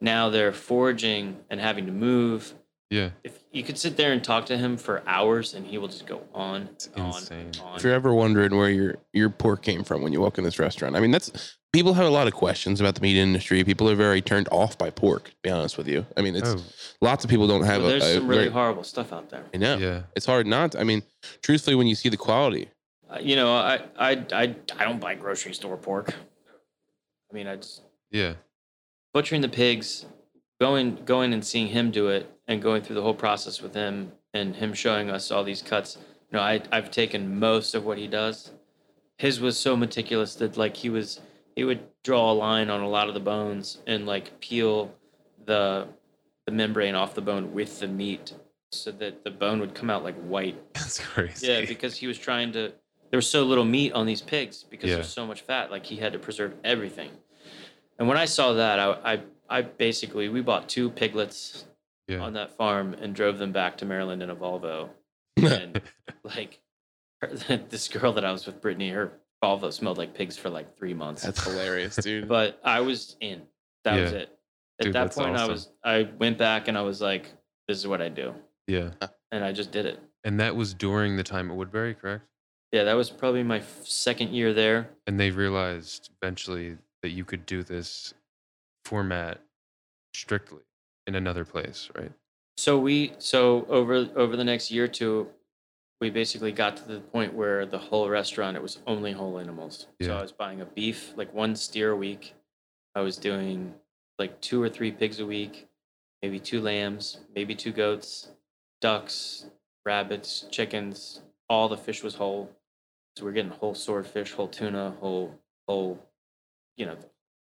Now they're foraging and having to move. Yeah. If you could sit there and talk to him for hours, and he will just go on, It's and on, insane. and on. If you're ever wondering where your your pork came from when you walk in this restaurant, I mean that's people have a lot of questions about the meat industry. People are very turned off by pork. To be honest with you, I mean it's Oh, lots of people don't have Well, a. there's a some really very- horrible stuff out there. I know yeah. it's hard not. to- I mean, truthfully, when you see the quality, Uh, You know, I, I, I, I don't buy grocery store pork. I mean, I just Yeah. butchering the pigs, going going and seeing him do it, and going through the whole process with him, and him showing us all these cuts. You know, I I've taken most of what he does. His was so meticulous that like he was he would draw a line on a lot of the bones and like peel the the membrane off the bone with the meat so that the bone would come out like white That's crazy. yeah, because he was trying to. There was so little meat on these pigs because Yeah. there's so much fat. Like he had to preserve everything. And when I saw that, I, I, I basically we bought two piglets yeah. on that farm and drove them back to Maryland in a Volvo. And like her, this girl that I was with, Brittany, her Volvo smelled like pigs for like three months. that's hilarious, dude. but I was in. That was Yeah. it. At Dude, that that's point, I awesome. was. I went back and I was like, "This is what I do," Yeah. and I just did it. And that was during the time at Woodbury, correct? Yeah, that was probably my f- second year there. And they realized eventually that you could do this format strictly in another place, right? So we so over over the next year or two, we basically got to the point where the whole restaurant it was only whole animals. So Yeah. I was buying a beef like one steer a week. I was doing like two or three pigs a week, maybe two lambs, maybe two goats, ducks, rabbits, chickens. All the fish was whole. So we're getting whole swordfish, whole tuna, whole whole, you know,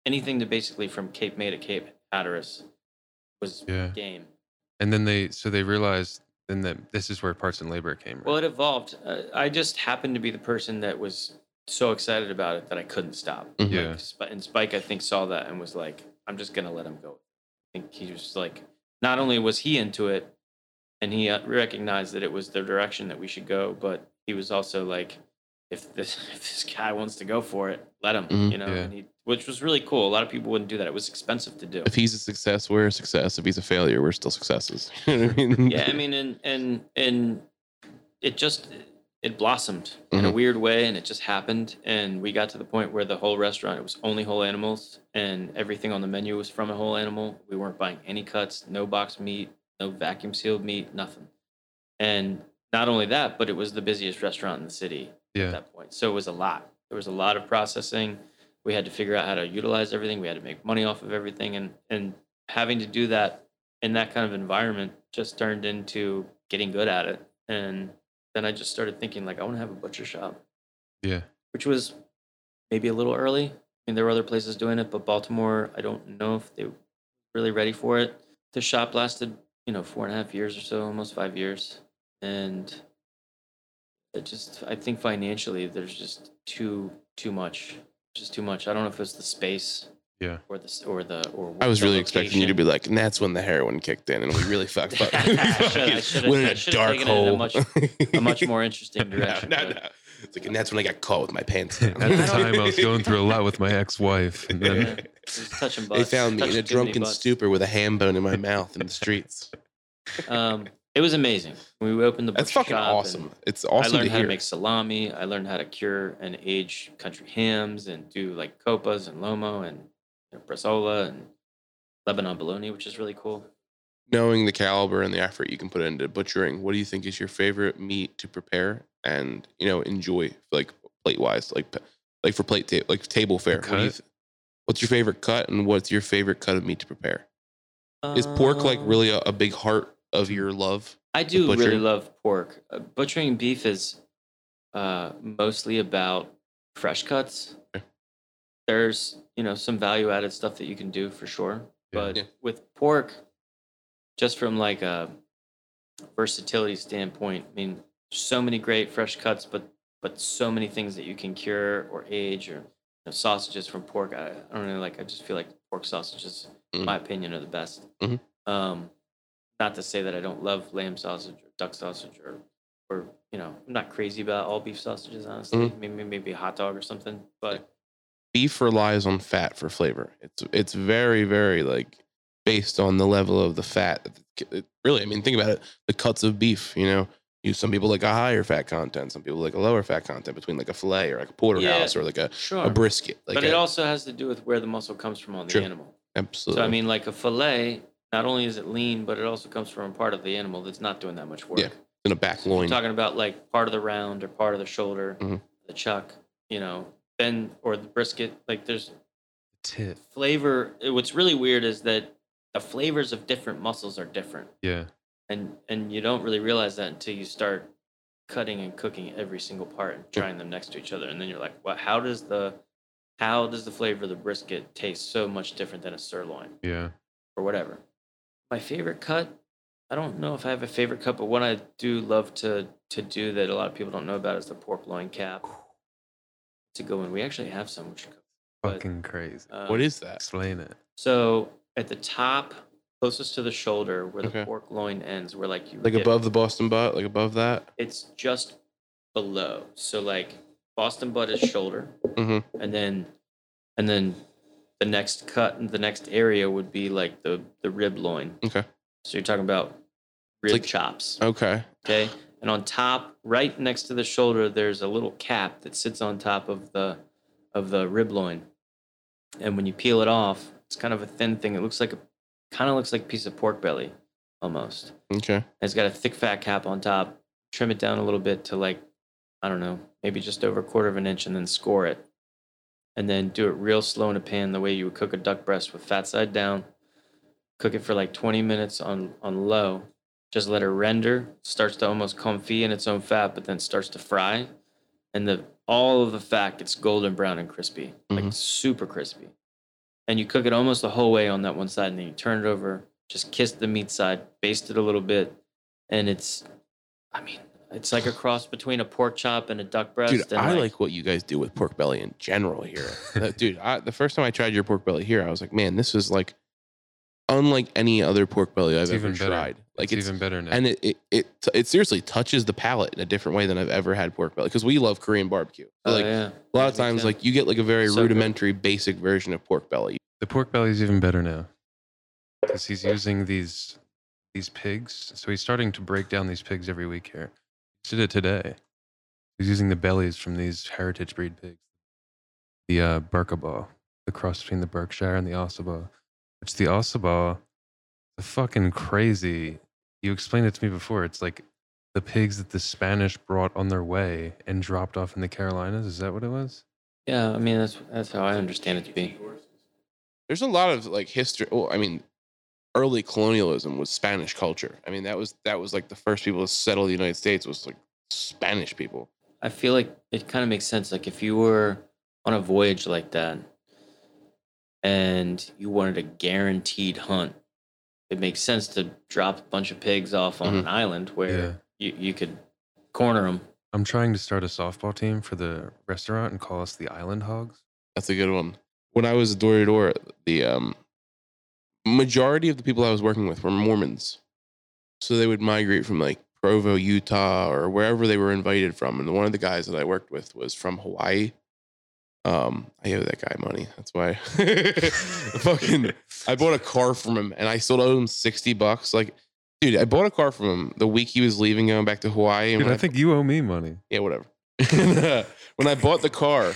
anything to basically from Cape May to Cape Hatteras was Yeah. game. And then they, so they realized then that this is where parts and labor came. Right? Well, it evolved. Uh, I just happened to be the person that was so excited about it that I couldn't stop. Mhm. Mm, Yeah. Like, Sp- and Spike, I think, saw that and was like, "I'm just gonna let him go." I think he was like, not only was he into it, and he uh, recognized that it was the direction that we should go, but he was also like, "If this if this guy wants to go for it, let him." Mhm. You know, Mm-hmm. Yeah. and he, which was really cool. A lot of people wouldn't do that. It was expensive to do. if he's a success, we're a success. If he's a failure, we're still successes. You know what I mean? yeah i mean and and and it just it blossomed in a weird way and it just happened and we got to the point where the whole restaurant it was only whole animals and everything on the menu was from a whole animal we weren't buying any cuts no boxed meat no vacuum sealed meat nothing and not only that but it was the busiest restaurant in the city at yeah. that point. So it was a lot. There was a lot of processing. We had to figure out how to utilize everything. We had to make money off of everything, and and having to do that in that kind of environment just turned into getting good at it. And then I just started thinking like I want to have a butcher shop, Yeah. which was maybe a little early. I mean, there were other places doing it, but Baltimore, I don't know if they were really ready for it. The shop lasted, you know, four and a half years or so, almost five years, and it just i think financially there's just too too much just too much i don't know if it's the space Yeah. or the s- or the or I was the really expecting you to location. be like, and that's when the heroin kicked in, and we really fucked up. We I should've- I fucking should've- went in I a should've dark taken it in a hole. much- a much more interesting direction No, no, but- no. It's like, and that's when I got caught with my pants. At down. the time, I was going through a lot with my ex-wife, and yeah, then it was touch and They bust, found me in touch a and too many drunken busts. stupor with a ham bone in my mouth in the streets. Um, it was amazing. We opened the That's butcher fucking shop and awesome. It's awesome I learned to how hear. to make salami. I learned how to cure and age country hams and do like copas and lomo and you know, brasola and Lebanon bologna, which is really cool. Knowing the caliber and the effort you can put into butchering, what do you think is your favorite meat to prepare and you know enjoy like plate wise, like p- like for plate ta- like table fare? What do you cut? th- what's your favorite cut and what's your favorite cut of meat to prepare? Is pork like Um, really a, a big heart of your love? I do really butchering? love pork. Uh, butchering beef is uh, mostly about fresh cuts. Okay. There's you know some value added stuff that you can do for sure, Yeah. but Yeah. with pork, just from like a versatility standpoint, I mean, so many great fresh cuts, but but so many things that you can cure or age or you know, sausages from pork. I, I don't know, like I just feel like pork sausages, in Mhm. my opinion, are the best. Mhm. Um, not to say that I don't love lamb sausage or duck sausage or or you know I'm not crazy about all beef sausages honestly. Mm-hmm. Maybe maybe a hot dog or something, but beef relies on fat for flavor. It's it's very very like based on the level of the fat. It- really, I mean, think about it. The cuts of beef, you know, you some people like a higher fat content, some people like a lower fat content between like a fillet or like a porterhouse or like a, sure. a brisket. Like but it a- also has to do with where the muscle comes from on the True. animal. absolutely. So I mean, like a fillet, not only is it lean, but it also comes from a part of the animal that's not doing that much work. Yeah, in a back loin. Talking about like part of the round or part of the shoulder, Mhm. the chuck, you know, then or the brisket. Like there's Tit. flavor. What's really weird is that the flavors of different muscles are different, Yeah. and and you don't really realize that until you start cutting and cooking every single part and Sure. trying them next to each other, and then you're like, well, how does the how does the flavor of the brisket taste so much different than a sirloin? Yeah. or whatever. My favorite cut, I don't know if I have a favorite cut, but one I do love to to do that a lot of people don't know about is the pork loin cap. It's a good one. We actually have some. We should cook. But, Fucking crazy. Uh, what is that? Explain it. so at the top, closest to the shoulder, where the Okay. pork loin ends, where like you Like dip- above the Boston butt, like above that. it's just below. So like Boston butt is shoulder, Mhm. and then and then the next cut and the next area would be like the the rib loin. Okay. So you're talking about rib like- chops, Okay. okay? And on top, right next to the shoulder, there's a little cap that sits on top of the of the rib loin. And when you peel it off, it's kind of a thin thing. It looks like a kind of looks like a piece of pork belly almost. Okay. And It's got a thick fat cap on top. Trim it down a little bit to like, I don't know, maybe just over a quarter of an inch and then score it. And then do it real slow in a pan the way you would cook a duck breast with fat side down. Cook it for like 20 minutes on, on low. Just let it render. Starts to almost comfy in its own fat, but then starts to fry. And the all of the fat gets golden brown and crispy, like Mhm. super crispy. And you cook it almost the whole way on that one side, and then you turn it over. Just kiss the meat side, baste it a little bit, and it's I mean, it's like a cross between a pork chop and a duck breast. Dude, and I like what you guys do with pork belly in general here. That- Dude, I, the first time I tried your pork belly here, I was like, man, this is like unlike any other pork belly I've It's ever even better. tried. Like it's, even better now. and it, it it it seriously touches the palate in a different way than I've ever had pork belly because we love Korean barbecue. So, Oh, like yeah. a lot of Me times, too. like you get like a very So good. rudimentary, basic version of pork belly. the pork belly is even better now because he's using these these pigs. So he's starting to break down these pigs every week here. He did it today. He's using the bellies from these heritage breed pigs, the uh, Berkeball, the cross between the Berkshire and the Ossabaw, which the Ossabaw, the fucking crazy. You explained it to me before. It's like the pigs that the Spanish brought on their way and dropped off in the Carolinas. Is that what it was? Yeah, I mean that's that's how I understand it to be. There's a lot of like history. Well, I mean, early colonialism was Spanish culture. I mean, that was that was like the first people to settle the United States was like Spanish people. I feel like it kind of makes sense. Like if you were on a voyage like that and you wanted a guaranteed hunt, it makes sense to drop a bunch of pigs off on Mhm. an island where you, you could corner them. I'm trying to start a softball team for the restaurant and call us the Island Hogs. That's a good one. When I was door to door, the um, majority of the people I was working with were Mormons. So they would migrate from like Provo, Utah, or wherever they were invited from. And one of the guys that I worked with was from Hawaii. Um, I owe that guy money. That's why. fucking, I bought a car from him, and I still owe him sixty bucks. Like, Dude, I bought a car from him the week he was leaving, going back to Hawaii. And Dude, when I think you owe me money. yeah, whatever. when I bought the car,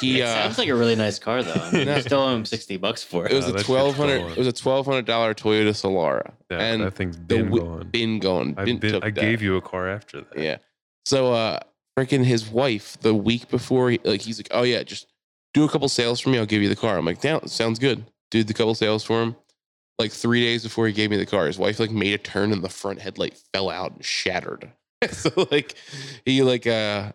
he It uh, sounds like a really nice car though. I mean, No. I still owe him sixty bucks for it it. was Oh, that a shit's twelve hundred. gone. It was a twelve hundred dollar Toyota Solara. Yeah, and that thing's been wi- gone. been gone. I've Been been- took I that. gave you a car after that. Yeah. So uh freaking his wife the week before he, like he's like, "Oh yeah, just do a couple sales for me. I'll give you the car." I'm like, "Down, sounds good." Did the couple sales for him. Like 3 days before he gave me the car, his wife like made a turn and the front headlight fell out and shattered. so like he like uh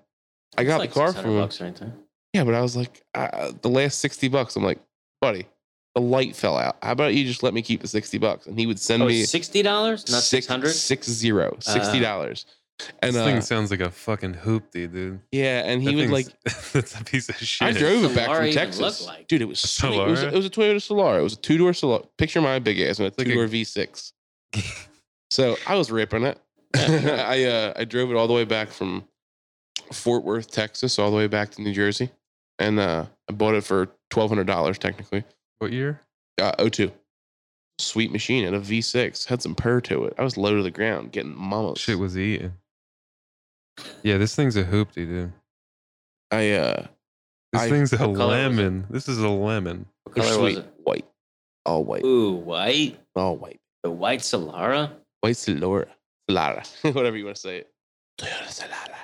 I got like the car 600 from him. bucks right there. Yeah, but I was like uh, the last 60 bucks. I'm like, "Buddy, the light fell out. How about you just let me keep the 60 bucks?" And he would send Oh, me sixty dollars, not six- six hundred. six zero, $60. and This uh, thing sounds like a fucking hoopty, dude. yeah, and he That would like thing's- that's a piece of shit. I drove it back Solara from even Texas, look like? dude. It was A sweet. It was, Solara? it was a Toyota Solara. It was a two door Solara. Picture my big ass and a like two a- door V6. so I was ripping it. I uh, I drove it all the way back from Fort Worth, Texas, all the way back to New Jersey, and uh, I bought it for twelve hundred dollars technically. What year? Uh, 02. Sweet machine and a V6 had some purr to it. I was low to the ground, getting mamas. Shit was eating. Yeah, this thing's a hoopty, dude. I uh, This I- thing's a What color was it? lemon. This is a lemon. What they're color sweet. was it? White, all white, Ooh, white. all white. The white Solara. White Solara. Solara. Whatever you want to say it. Toyota Solara.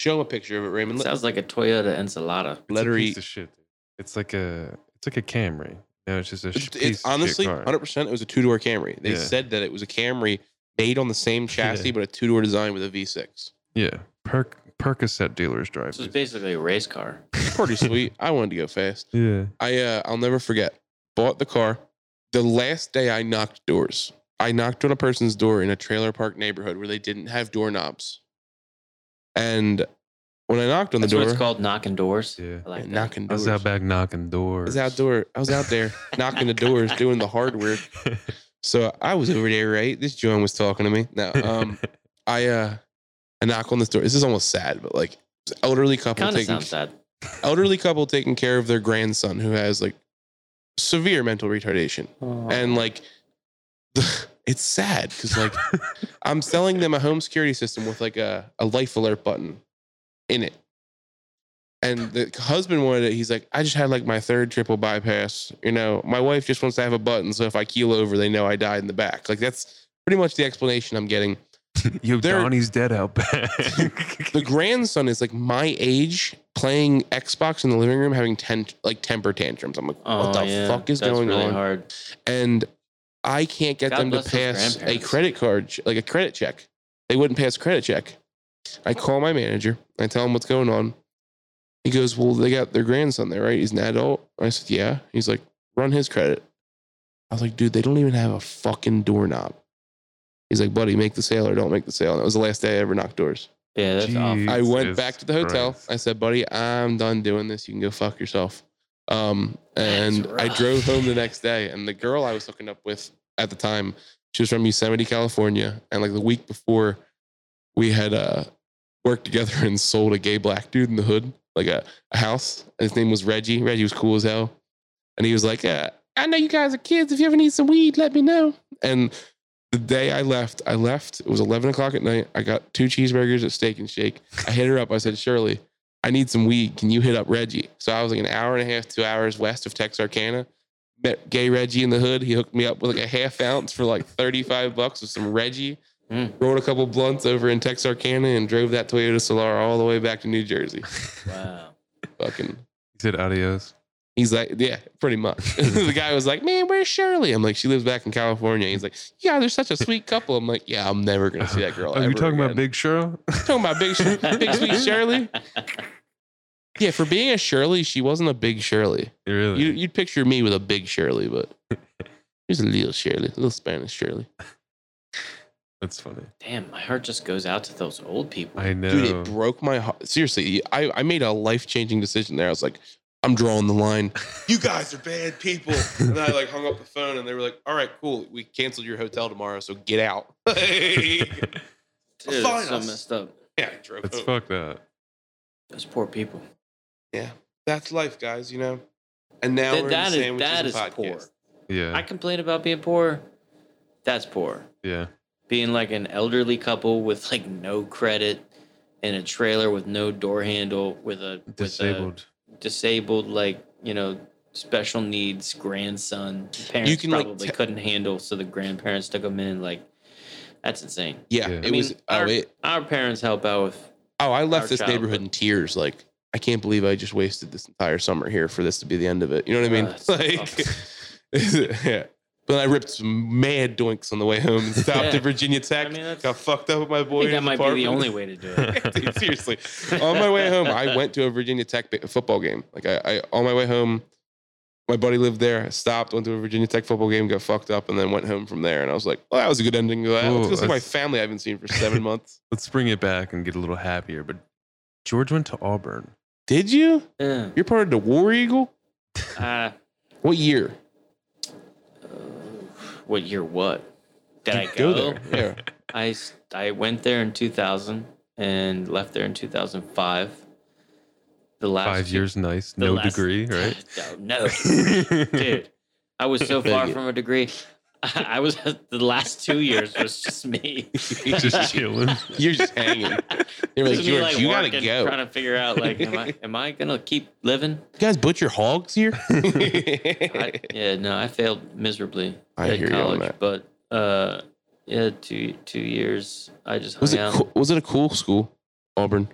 Show him a picture of it, It Raymond. Let- sounds like a Toyota enchilada. It's Letter a E. piece of shit. dude. It's like a it's like a Camry. No, it's just a sh- It's, piece it's of shit honestly car. 100% it was a two door Camry. They Yeah. said that it was a Camry made on the same chassis, Yeah. but a two door design with a V6. Yeah, Perc Percocet dealers drive. This was these. basically a race car. Pretty sweet. I wanted to go fast. yeah, I, uh, I'll never forget. Bought the car. The last day I knocked doors, I knocked on a person's door in a trailer park neighborhood where they didn't have doorknobs. And when I knocked on the That's door, what it's called, knocking doors. yeah. I like that. knocking I doors. was out back knocking I doors. was outdoor. I was out there knocking the doors, doing the hard work. So I was over there, right? This John was talking to me. No, um, I uh, I knock on this door. This is almost sad, but like it's an elderly couple Kind of taking sounds sad. elderly couple taking care of their grandson who has like severe mental retardation, and like it's sad because like I'm selling them a home security system with like a, a life alert button in it. And the husband wanted it. He's like, I just had like my third triple bypass. You know, my wife just wants to have a button. So if I keel over, they know I died in the back. Like that's pretty much the explanation I'm getting. Yo, they're- Donnie's dead out back. The grandson is like my age playing Xbox in the living room, having 10, like temper tantrums. I'm like, what the fuck is Oh, That's going really on? Hard. and I can't get God them to bless those pass a grandparents. credit card, ch- like a credit check. They wouldn't pass a credit check. I call my manager. I tell him what's going on. He goes, "Well, they got their grandson there, right? He's an adult." I said, "Yeah." He's like, "Run his credit." I was like, "Dude, they don't even have a fucking doorknob." He's like, "Buddy, make the sale or don't make the sale." And that was the last day I ever knocked doors. Yeah, that's awful. Jeez. I went Jesus back to the hotel. Christ. I said, "Buddy, I'm done doing this. You can go fuck yourself." Um, That's and I rough. drove home the next day, and the girl I was hooking up with at the time, she was from Yosemite, California, and like the week before, we had uh, worked together and sold a gay black dude in the hood, like a, a house. His name was Reggie. Reggie was cool as hell, and he was like, uh, "I know you guys are kids. If you ever need some weed, let me know." And the day I left, I left. It was eleven o'clock at night. I got two cheeseburgers at Steak and Shake. I hit her up. I said, "Shirley, I need some weed. Can you hit up Reggie?" So I was like an hour and a half, two hours west of Texarkana. Met gay Reggie in the hood. He hooked me up with like a half ounce for like thirty-five bucks with some Reggie. Mm. Rolled a couple blunts over in Texarkana and drove that Toyota Solara all the way back to New Jersey. Wow. Fucking. He said adios. He's like, yeah, pretty much. the guy was like, man, where's Shirley? I'm like, she lives back in California. He's like, yeah, they're such a sweet couple. I'm like, yeah, I'm never gonna see that girl. Are Oh, you ever talking again. about Big Cheryl? talking about big, Sh- big sweet Shirley? Yeah, for being a Shirley, she wasn't a big Shirley. really? You, you'd picture me with a big Shirley, but she's a little Shirley, a little Spanish Shirley. That's funny. Damn, my heart just goes out to those old people. I know. Dude, it broke my heart. Seriously, I, I made a life changing decision there. I was like, I'm drawing the line. You guys are bad people. And then I like hung up the phone and they were like, all right, cool. We canceled your hotel tomorrow, so get out. yeah, Dude, Fine, that's so us. messed up. I drove That's home. fucked up. Those poor people. That's life, guys, you know? And now Th- we're that in is sandwiches that and is poor. podcast. Yeah. I complain about being poor. That's poor. Yeah. Being like an elderly couple with like no credit in a trailer with no door handle with a with Disabled. a disabled like you know special needs grandson. Parents can, like, probably te- couldn't handle, so the grandparents took him in. Like that's insane. Yeah, Yeah. it I mean, was. our, oh, it, our parents help out with oh, I left our this neighborhood childhood. in tears. Like, I can't believe I just wasted this entire summer here for this to be the end of it. You know what I mean? Uh, it's so like, yeah. But I ripped some mad doinks on the way home and stopped Yeah. at Virginia Tech. I mean, that's- got fucked up with my I boy. think that might be the only way to do it. Dude, seriously. on my way home, I went to a Virginia Tech ba- football game. Like I, I, on my way home, my buddy lived there. I stopped, went to a Virginia Tech football game, got fucked up, and then went home from there. And I was like, "Well, that was a good ending." to that. Let's Ooh, go see my that's- family I haven't seen for seven months. Let's bring it back and get a little happier. But George went to Auburn. Did you? Yeah. You're part of the War Eagle. Uh, What year? what year? What did I Go go? there. Yeah. I s- I went there in 2000 and left there in 2005. The last Five two- years, nice. the No last- degree, right? no, no, dude, I was so far Bigot. from a degree. I, was the last two years was just me. Just chilling. You're just hanging. You're like Just me, George. you gotta working, go. Trying to figure out like, am I am I gonna keep living? you guys butcher hogs here. I, yeah, no, I failed miserably I at hear you on college, that. but uh, yeah, two two years I just hung was it out. cool was it a cool school? Auburn.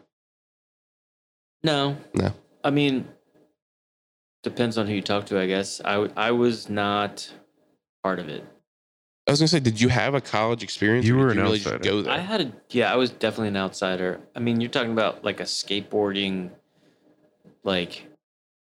No. No. I mean, depends on who you talk to, I guess. I, w- I was not part of it. I was gonna say, did you have a college experience? You or were did an really just outsider. go there. I had a, yeah, I was definitely an outsider. I mean, you're talking about like a skateboarding, like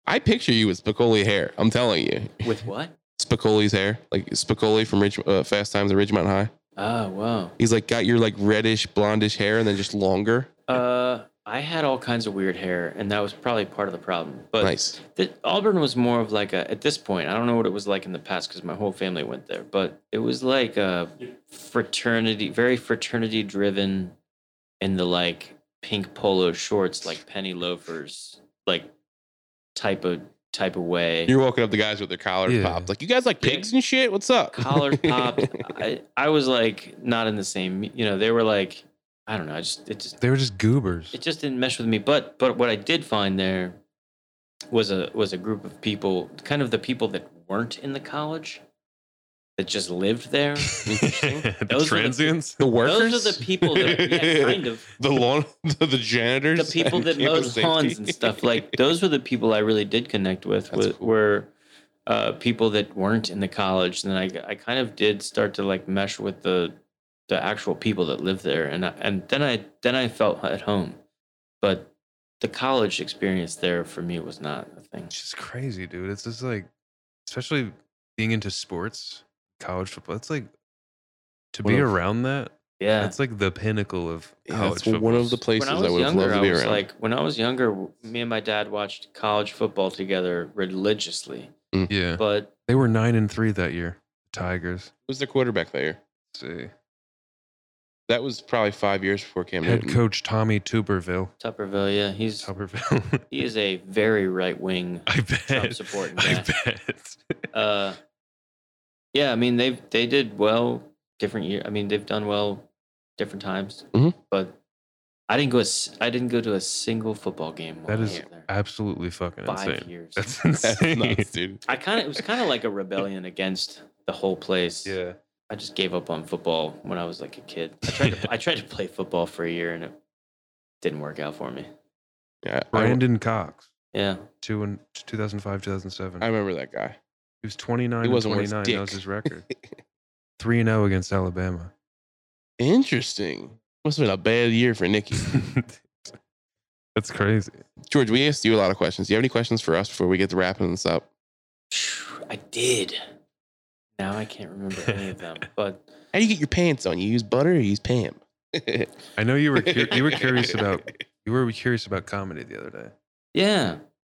I picture you with Spicoli hair. I'm telling you, with what? Spicoli's hair, like Spicoli from Ridge, uh, Fast Times at Ridgemont High. Oh, wow. He's like got your like reddish, blondish hair, and then just longer. Uh, I had all kinds of weird hair, and that was probably part of the problem. But nice. the, Auburn was more of like a, at this point, I don't know what it was like in the past because my whole family went there, but it was like a fraternity, very fraternity driven in the like pink polo shorts, like penny loafers, like type of type of way. You're walking up to guys with their collars Yeah. popped. Like you guys like Yeah. pigs and shit. What's up? Collar popped. I, I was like not in the same, you know, they were like, I don't know. I just, it just, They were just goobers. it just didn't mesh with me. But but what I did find there was a was a group of people, kind of the people that weren't in the college, that just lived there. Those were the the- transients? the workers. Those are the people that yeah, kind of The lawn, the, the janitors, the people and that mowed campus lawns safety. and stuff. Like those were the people I really did connect with. That's wa- Were uh, people that weren't in the college, and then I I kind of did start to like mesh with the the actual people that lived there, and I, and then I then I felt at home, but the college experience there for me was not a thing. It's just crazy, dude. It's just like, especially being into sports, college football. It's like to One be of- around that. Yeah, That's like the pinnacle of Yeah, college that's football. Oh, one of the places when I I, was would have younger, loved to I be was around. like when I was younger, w- me and my dad watched college football together religiously, yeah. but They were nine and three that year. Tigers. Who's their quarterback that year? Let's see. That was probably five years before Cam Head Newton. coach Tommy Tuberville. Tupperville, yeah, he's Tuberville. he is a very right wing I bet. Trump supporting I guy. bet. uh, yeah, I mean they've they did well different year. I mean they've done well different times, Mhm. Mm-hmm. but I didn't go. a s- I didn't go to a single football game. while That I is was there. absolutely fucking five insane. years. That's That's insane. nuts, dude. I kind of it was kind of like a rebellion against the whole place. yeah. I just gave up on football when I was like a kid. I tried to I tried to play football for a year and it didn't work out for me. Yeah, I- Brandon Cox. Yeah, Two and 2005, 2007. I remember that guy. He was 29 He and wasn't worth 29. That was dick. his record. 3 and 0 against Alabama. Interesting. Must have been a bad year for Nikki. That's crazy. George, we asked you a lot of questions. Do you have any questions for us before we get to wrapping this up? I did. Now I can't remember any of them, but How do you get your pants on? You use butter or you use Pam? I know you were cur- you were curious about you were curious about comedy the other day. yeah.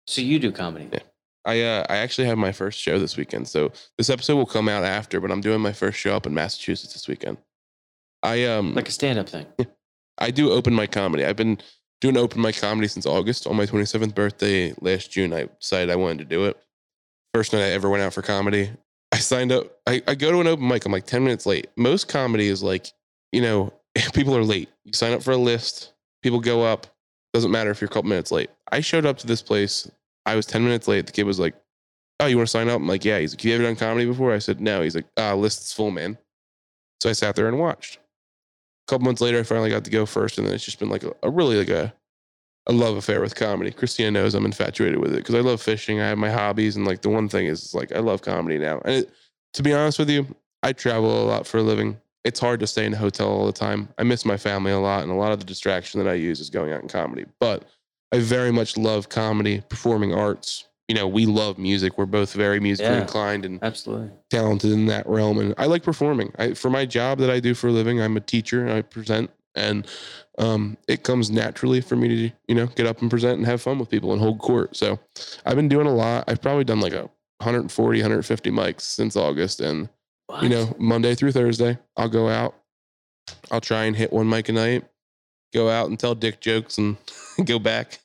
So you do comedy. Yeah. I uh, I actually have my first show this weekend. So this episode will come out after, but I'm doing my first show up in Massachusetts this weekend. I um Like a stand up thing. I do open mic comedy. I've been doing open mic comedy since August. On my 27th birthday last June, I decided I wanted to do it. First night I ever went out for comedy. I signed up. I, I go to an open mic. I'm like 10 minutes late. Most comedy is like, you know, people are late. You sign up for a list, people go up. Doesn't matter if you're a couple minutes late. I showed up to this place. I was 10 minutes late. The kid was like, Oh, you want to sign up? I'm like, Yeah. He's like, You ever done comedy before? I said, No. He's like, Ah, list's full, man. So I sat there and watched. A couple months later, I finally got to go first. And then it's just been like a, a really like a, a love affair with comedy. Christina knows I'm infatuated with it because I love fishing. I have my hobbies, and like the one thing is like I love comedy now. And it, to be honest with you, I travel a lot for a living. It's hard to stay in a hotel all the time. I miss my family a lot, and a lot of the distraction that I use is going out in comedy. But I very much love comedy, performing arts. You know, we love music. We're both very musically Yeah. inclined, and Absolutely. talented in that realm and i like performing i for my job that i do for a living i'm a teacher and i present and um, it comes naturally for me to you know get up and present and have fun with people and hold court so i've been doing a lot i've probably done like a 140 150 mics since august and you What? know monday through thursday i'll go out i'll try and hit one mic a night go out and tell dick jokes and go back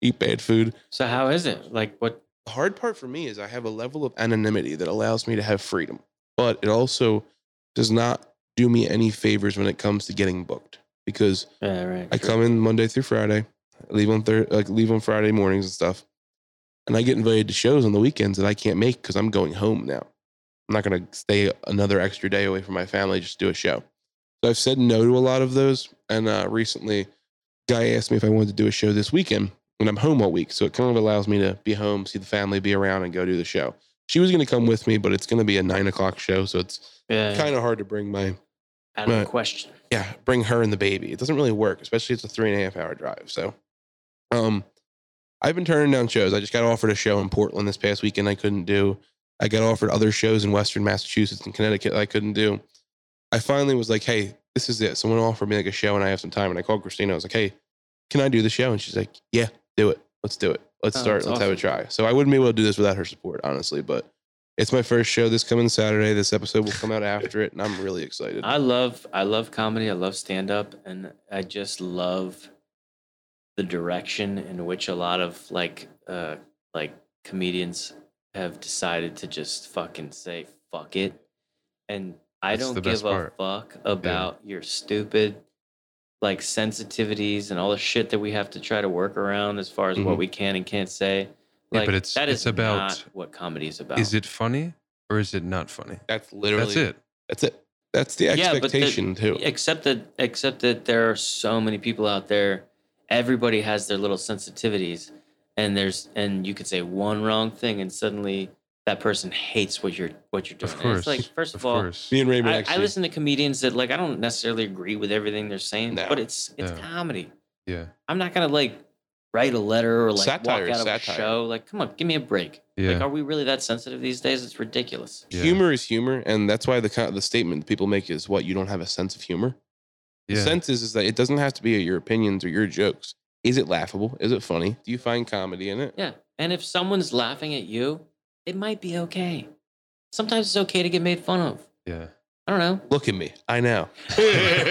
eat bad food So how is it? Like what? the hard part for me is I have a level of anonymity that allows me to have freedom, but it also does not do me any favors when it comes to getting booked because Yeah, right. I come in Monday through Friday, I leave on thir- like leave on Friday mornings and stuff, and I get invited to shows on the weekends that I can't make because I'm going home now. I'm not going to stay another extra day away from my family just to do a show. So I've said no to a lot of those, and uh, recently, guy asked me if I wanted to do a show this weekend, and I'm home all week, so it kind of allows me to be home, see the family, be around, and go do the show. She was going to come with me, but it's going to be a nine o'clock show, so it's Yeah. kind of hard to bring my out of right. question. yeah, bring her and the baby. It doesn't really work, especially it's a three and a half hour drive. So, um, I've been turning down shows. I just got offered a show in Portland this past weekend I couldn't do. I got offered other shows in Western Massachusetts and Connecticut I couldn't do. I finally was like, hey, this is it. Someone offered me like a show and I have some time. And I called Christina. I was like, hey, can I do the show? And she's like, yeah, do it. Let's do it. Let's Oh, start. that's Let's have a awesome. try. So I wouldn't be able to do this without her support, honestly. But it's my first show this coming Saturday. This episode will come out after it. And I'm really excited. I love I love comedy. I love stand up, and I just love the direction in which a lot of like uh like comedians have decided to just fucking say fuck it, and I That's the don't best give a part. fuck about your stupid like sensitivities and all the shit that we have to try to work around as far as Mhm. what we can and can't say. Mm-hmm. Yeah, Like but it's- that it's is about- not what comedy is about. Is it funny or is it not funny? That's literally That's it. That's it. That's the Yeah, but the- expectation too. except that except that there are so many people out there everybody has their little sensitivities and there's and you could say one wrong thing and suddenly that person hates what you're what you're doing Of And course. it's like first of, Of all course. Me and Raymond I, actually. I listen to comedians that like i don't necessarily agree with everything they're saying No. but it's it's No. comedy Yeah. i'm not gonna like write a letter or like Satire walk is out of satire. a show like come on give me a break like Yeah. are we really that sensitive these days it's ridiculous Yeah. Humor is humor, and that's why the co- the statement people make is what you don't have a sense of humor. The Yeah. sense is, is that it doesn't have to be your opinions or your jokes. Is it laughable? Is it funny? Do you find comedy in it? Yeah. And if someone's laughing at you, it might be okay. Sometimes it's okay to get made fun of. Yeah. I don't know. Look at me. I know.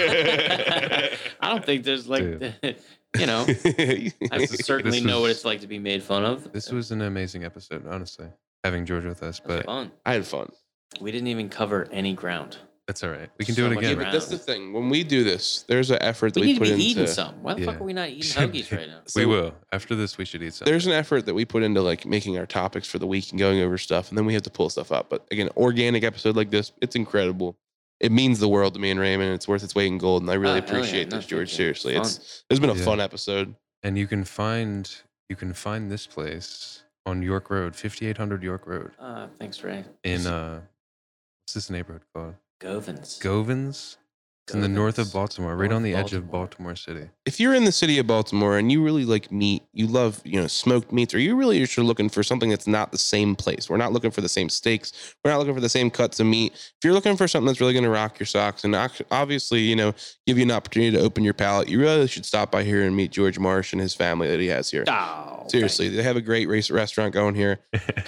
I don't think there's like, you know, I certainly This know what was- it's like to be made fun of. This was an amazing episode, honestly. Having George with us, It was but fun. I had fun. We didn't even cover any ground. that's all right. We can So do it much Yeah, again. but that's the thing. When we do this, there's an effort that We, need we, to put be into. eating something. Why the Yeah. fuck are we not eating hoagies right now? we so- will. After this, we should eat something. there's an effort that we put into like making our topics for the week and going over stuff and then we have to pull stuff up but again organic episode like this it's incredible it means the world to me and raymond it's worth its weight in gold and i really Oh, hell yeah. appreciate No, this george thank you. seriously Fun. it's there's been a Yeah. fun episode and you can find you can find this place on York Road, 5800 York Road Uh, thanks, Ray. in uh what's this neighborhood called? Govins. Govins. It's in the north of Govins. Baltimore, right North on the edge of Baltimore. Baltimore City. if you're in the city of baltimore and you really like meat you love you know smoked meats or you really are sure looking for something that's not the same place we're not looking for the same steaks we're not looking for the same cuts of meat if you're looking for something that's really going to rock your socks and oc- obviously you know give you an opportunity to open your palate you really should stop by here and meet george marsh and his family that he has here Oh, thank Seriously, they have a great race restaurant going here.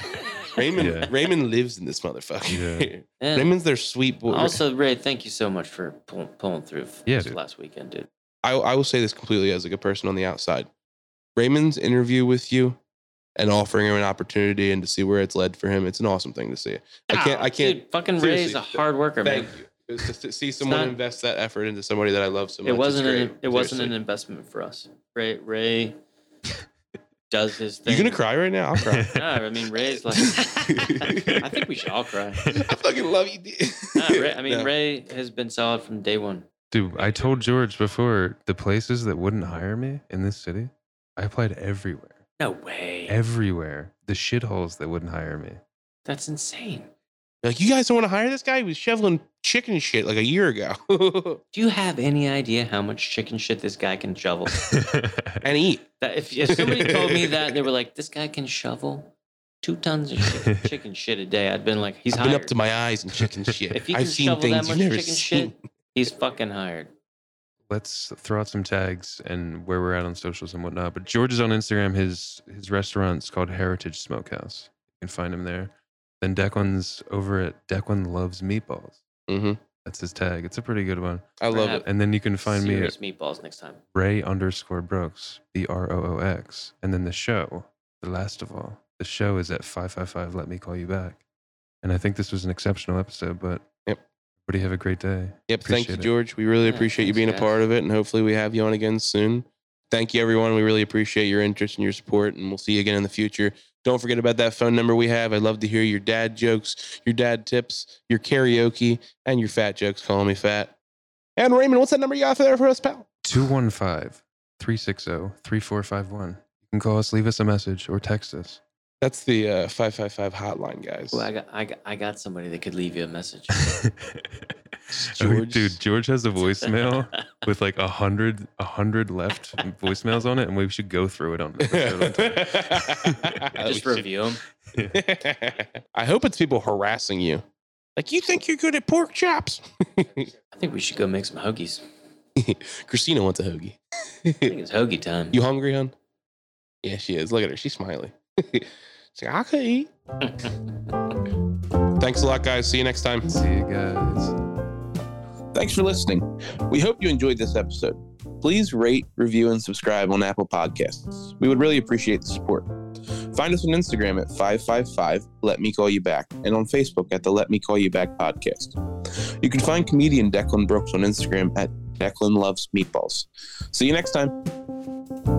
Raymond Yeah. Raymond lives in this motherfucker. you. Yeah. Raymond's their sweet boy. Also, Ray, thank you so much for pull, pulling through for Yeah, this dude. last weekend, dude. I, I will say this completely as like a person on the outside. Raymond's interview with you and offering him an opportunity and to see where it's led for him. It's an awesome thing to see. I can't. I can't. Dude, fucking Ray's seriously, a hard worker, man. thank you. It's just to see someone not- invest that effort into somebody that I love so much. It is wasn't great. an it wasn't an Seriously. investment for us. Ray Ray does his thing. You gonna cry right now? I'll cry. No, I mean Ray's like. I think we should all cry. I fucking love you. dude. No, Ray, I mean No. Ray has been solid from day one. Dude, I told George before the places that wouldn't hire me in this city, I applied everywhere. No way. Everywhere. The shitholes that wouldn't hire me. That's insane. Like you guys don't want to hire this guy? He was shoveling chicken shit like a year ago, Do you have any idea how much chicken shit this guy can shovel? and eat. That if, if somebody told me that they were like, this guy can shovel two tons of chicken, chicken shit a day, I'd been like, he's I've hired. been up to my eyes in chicken shit. if he can I've seen shovel things that much you've never chicken seen. shit, he's fucking hired. Let's throw out some tags and where we're at on socials and whatnot. But George is on Instagram. His his restaurant's called Heritage Smokehouse. You can find him there. Then Declan's over at Declan Loves Meatballs. hmm That's his tag. It's a pretty good one. I love Perhaps. it. And then you can find me at Serious meatballs next time. Ray underscore Brooks, B R O O X. And then the show, the last of all, the show is at 555 Let Me Call You Back. And I think this was an exceptional episode, but Yep. everybody have a great day. Yep. Thank Appreciate you, it. George. We really Yeah, appreciate you thanks, being a guys. part of it, and hopefully we have you on again soon. Thank you, everyone. We really appreciate your interest and your support, and we'll see you again in the future. Don't forget about that phone number we have. I'd love to hear your dad jokes, your dad tips, your karaoke, and your fat jokes. Calling me fat. And Raymond, what's that number you got there for us, pal? 215 360 3451. You can call us, leave us a message, or text us. That's the uh, 555 hotline, guys. Well, I got, I got, I got somebody that could leave you a message. George. Dude, George has a voicemail with like a hundred, a hundred left voicemails on it, and we should go through it on the episode. on time. Just We should- review him. I hope it's people harassing you. Like, you think you're good at pork chops? I think we should go make some hoagies. Christina wants a hoagie. I think it's hoagie time. You hungry, hon? Yeah, she is. Look at her. She's smiling. She's like, I could eat. Thanks a lot, guys. See you next time. See you guys. Thanks for listening. We hope you enjoyed this episode. Please rate, review, and subscribe on Apple Podcasts. We would really appreciate the support. Find us on Instagram at 555 Let Me Call You Back and on Facebook at the Let Me Call You Back podcast. You can find comedian Declan Brooks on Instagram at Declan Loves Meatballs. See you next time.